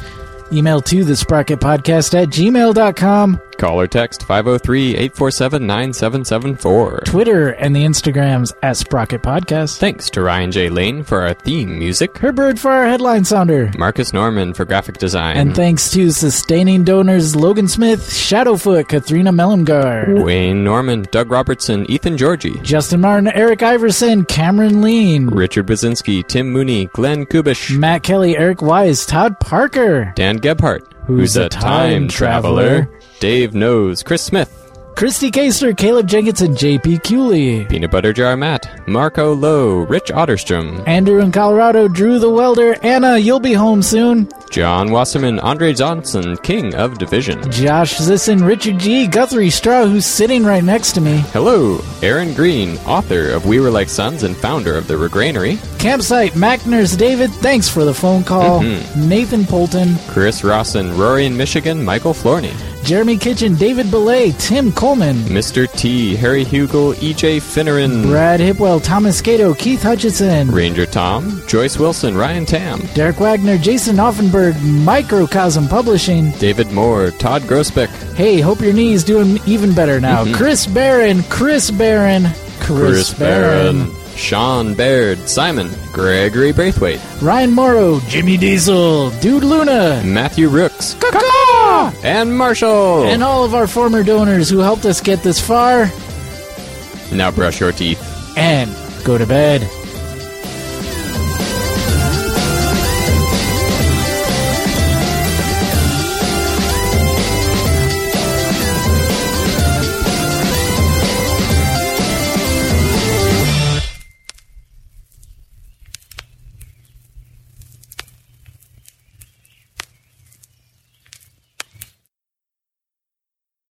[SPEAKER 2] Email to the Sprocket Podcast at gmail.com,
[SPEAKER 1] Call or text 503 847 9774.
[SPEAKER 2] Twitter, and the Instagrams at Sprocket Podcast.
[SPEAKER 1] Thanks to Ryan J. Lane for our theme music,
[SPEAKER 2] Herbert for our headline sounder.
[SPEAKER 1] Marcus Norman for graphic design,
[SPEAKER 2] And thanks to sustaining donors Logan Smith, Shadowfoot, Kathrina Mellengar,
[SPEAKER 1] Wayne Norman, Doug Robertson, Ethan Georgie,
[SPEAKER 2] Justin Martin, Eric Iverson, Cameron Lean,
[SPEAKER 1] Richard Brzezinski, Tim Mooney, Glenn Kubish,
[SPEAKER 2] Matt Kelly, Eric Wise, Todd Parker,
[SPEAKER 1] Dan Gebhart,
[SPEAKER 2] Who's a time traveler,
[SPEAKER 1] Dave Knows, Chris Smith,
[SPEAKER 2] Christy Kaster, Caleb Jenkinson, JP Cooley,
[SPEAKER 1] Peanut Butter Jar Matt, Marco Lowe, Rich Otterstrom,
[SPEAKER 2] Andrew in Colorado, Drew the Welder, Anna, you'll be home soon,
[SPEAKER 1] John Wasserman, Andre Johnson, King of Division.
[SPEAKER 2] Josh Zisson, Richard G, Guthrie Straw, who's sitting right next to me,
[SPEAKER 1] Hello, Aaron Green, author of We Were Like Sons and founder of The Regrainery,
[SPEAKER 2] Campsite, Mac Nurse David, thanks for the phone call, Nathan Polton,
[SPEAKER 1] Chris Rawson, Rory in Michigan, Michael Florney,
[SPEAKER 2] Jeremy Kitchen, David Belay, Tim Coleman,
[SPEAKER 1] Mr. T, Harry Hugel, EJ Finneran,
[SPEAKER 2] Brad Hipwell, Thomas Cato, Keith Hutchinson,
[SPEAKER 1] Ranger Tom, Joyce Wilson, Ryan Tam,
[SPEAKER 2] Derek Wagner, Jason Offenberg, Microcosm Publishing.
[SPEAKER 1] David Moore, Todd Grosbeck,
[SPEAKER 2] Hey, hope your knee's doing even better now. Chris Barron, Chris Barron,
[SPEAKER 1] Mm-hmm. Chris Barron, Sean Baird, Simon, Gregory Braithwaite,
[SPEAKER 2] Ryan Morrow, Jimmy Diesel, Dude Luna,
[SPEAKER 1] Matthew Rooks, and Marshall.
[SPEAKER 2] and all of our former donors who helped us get this far.
[SPEAKER 1] now brush your teeth.
[SPEAKER 2] And go to bed.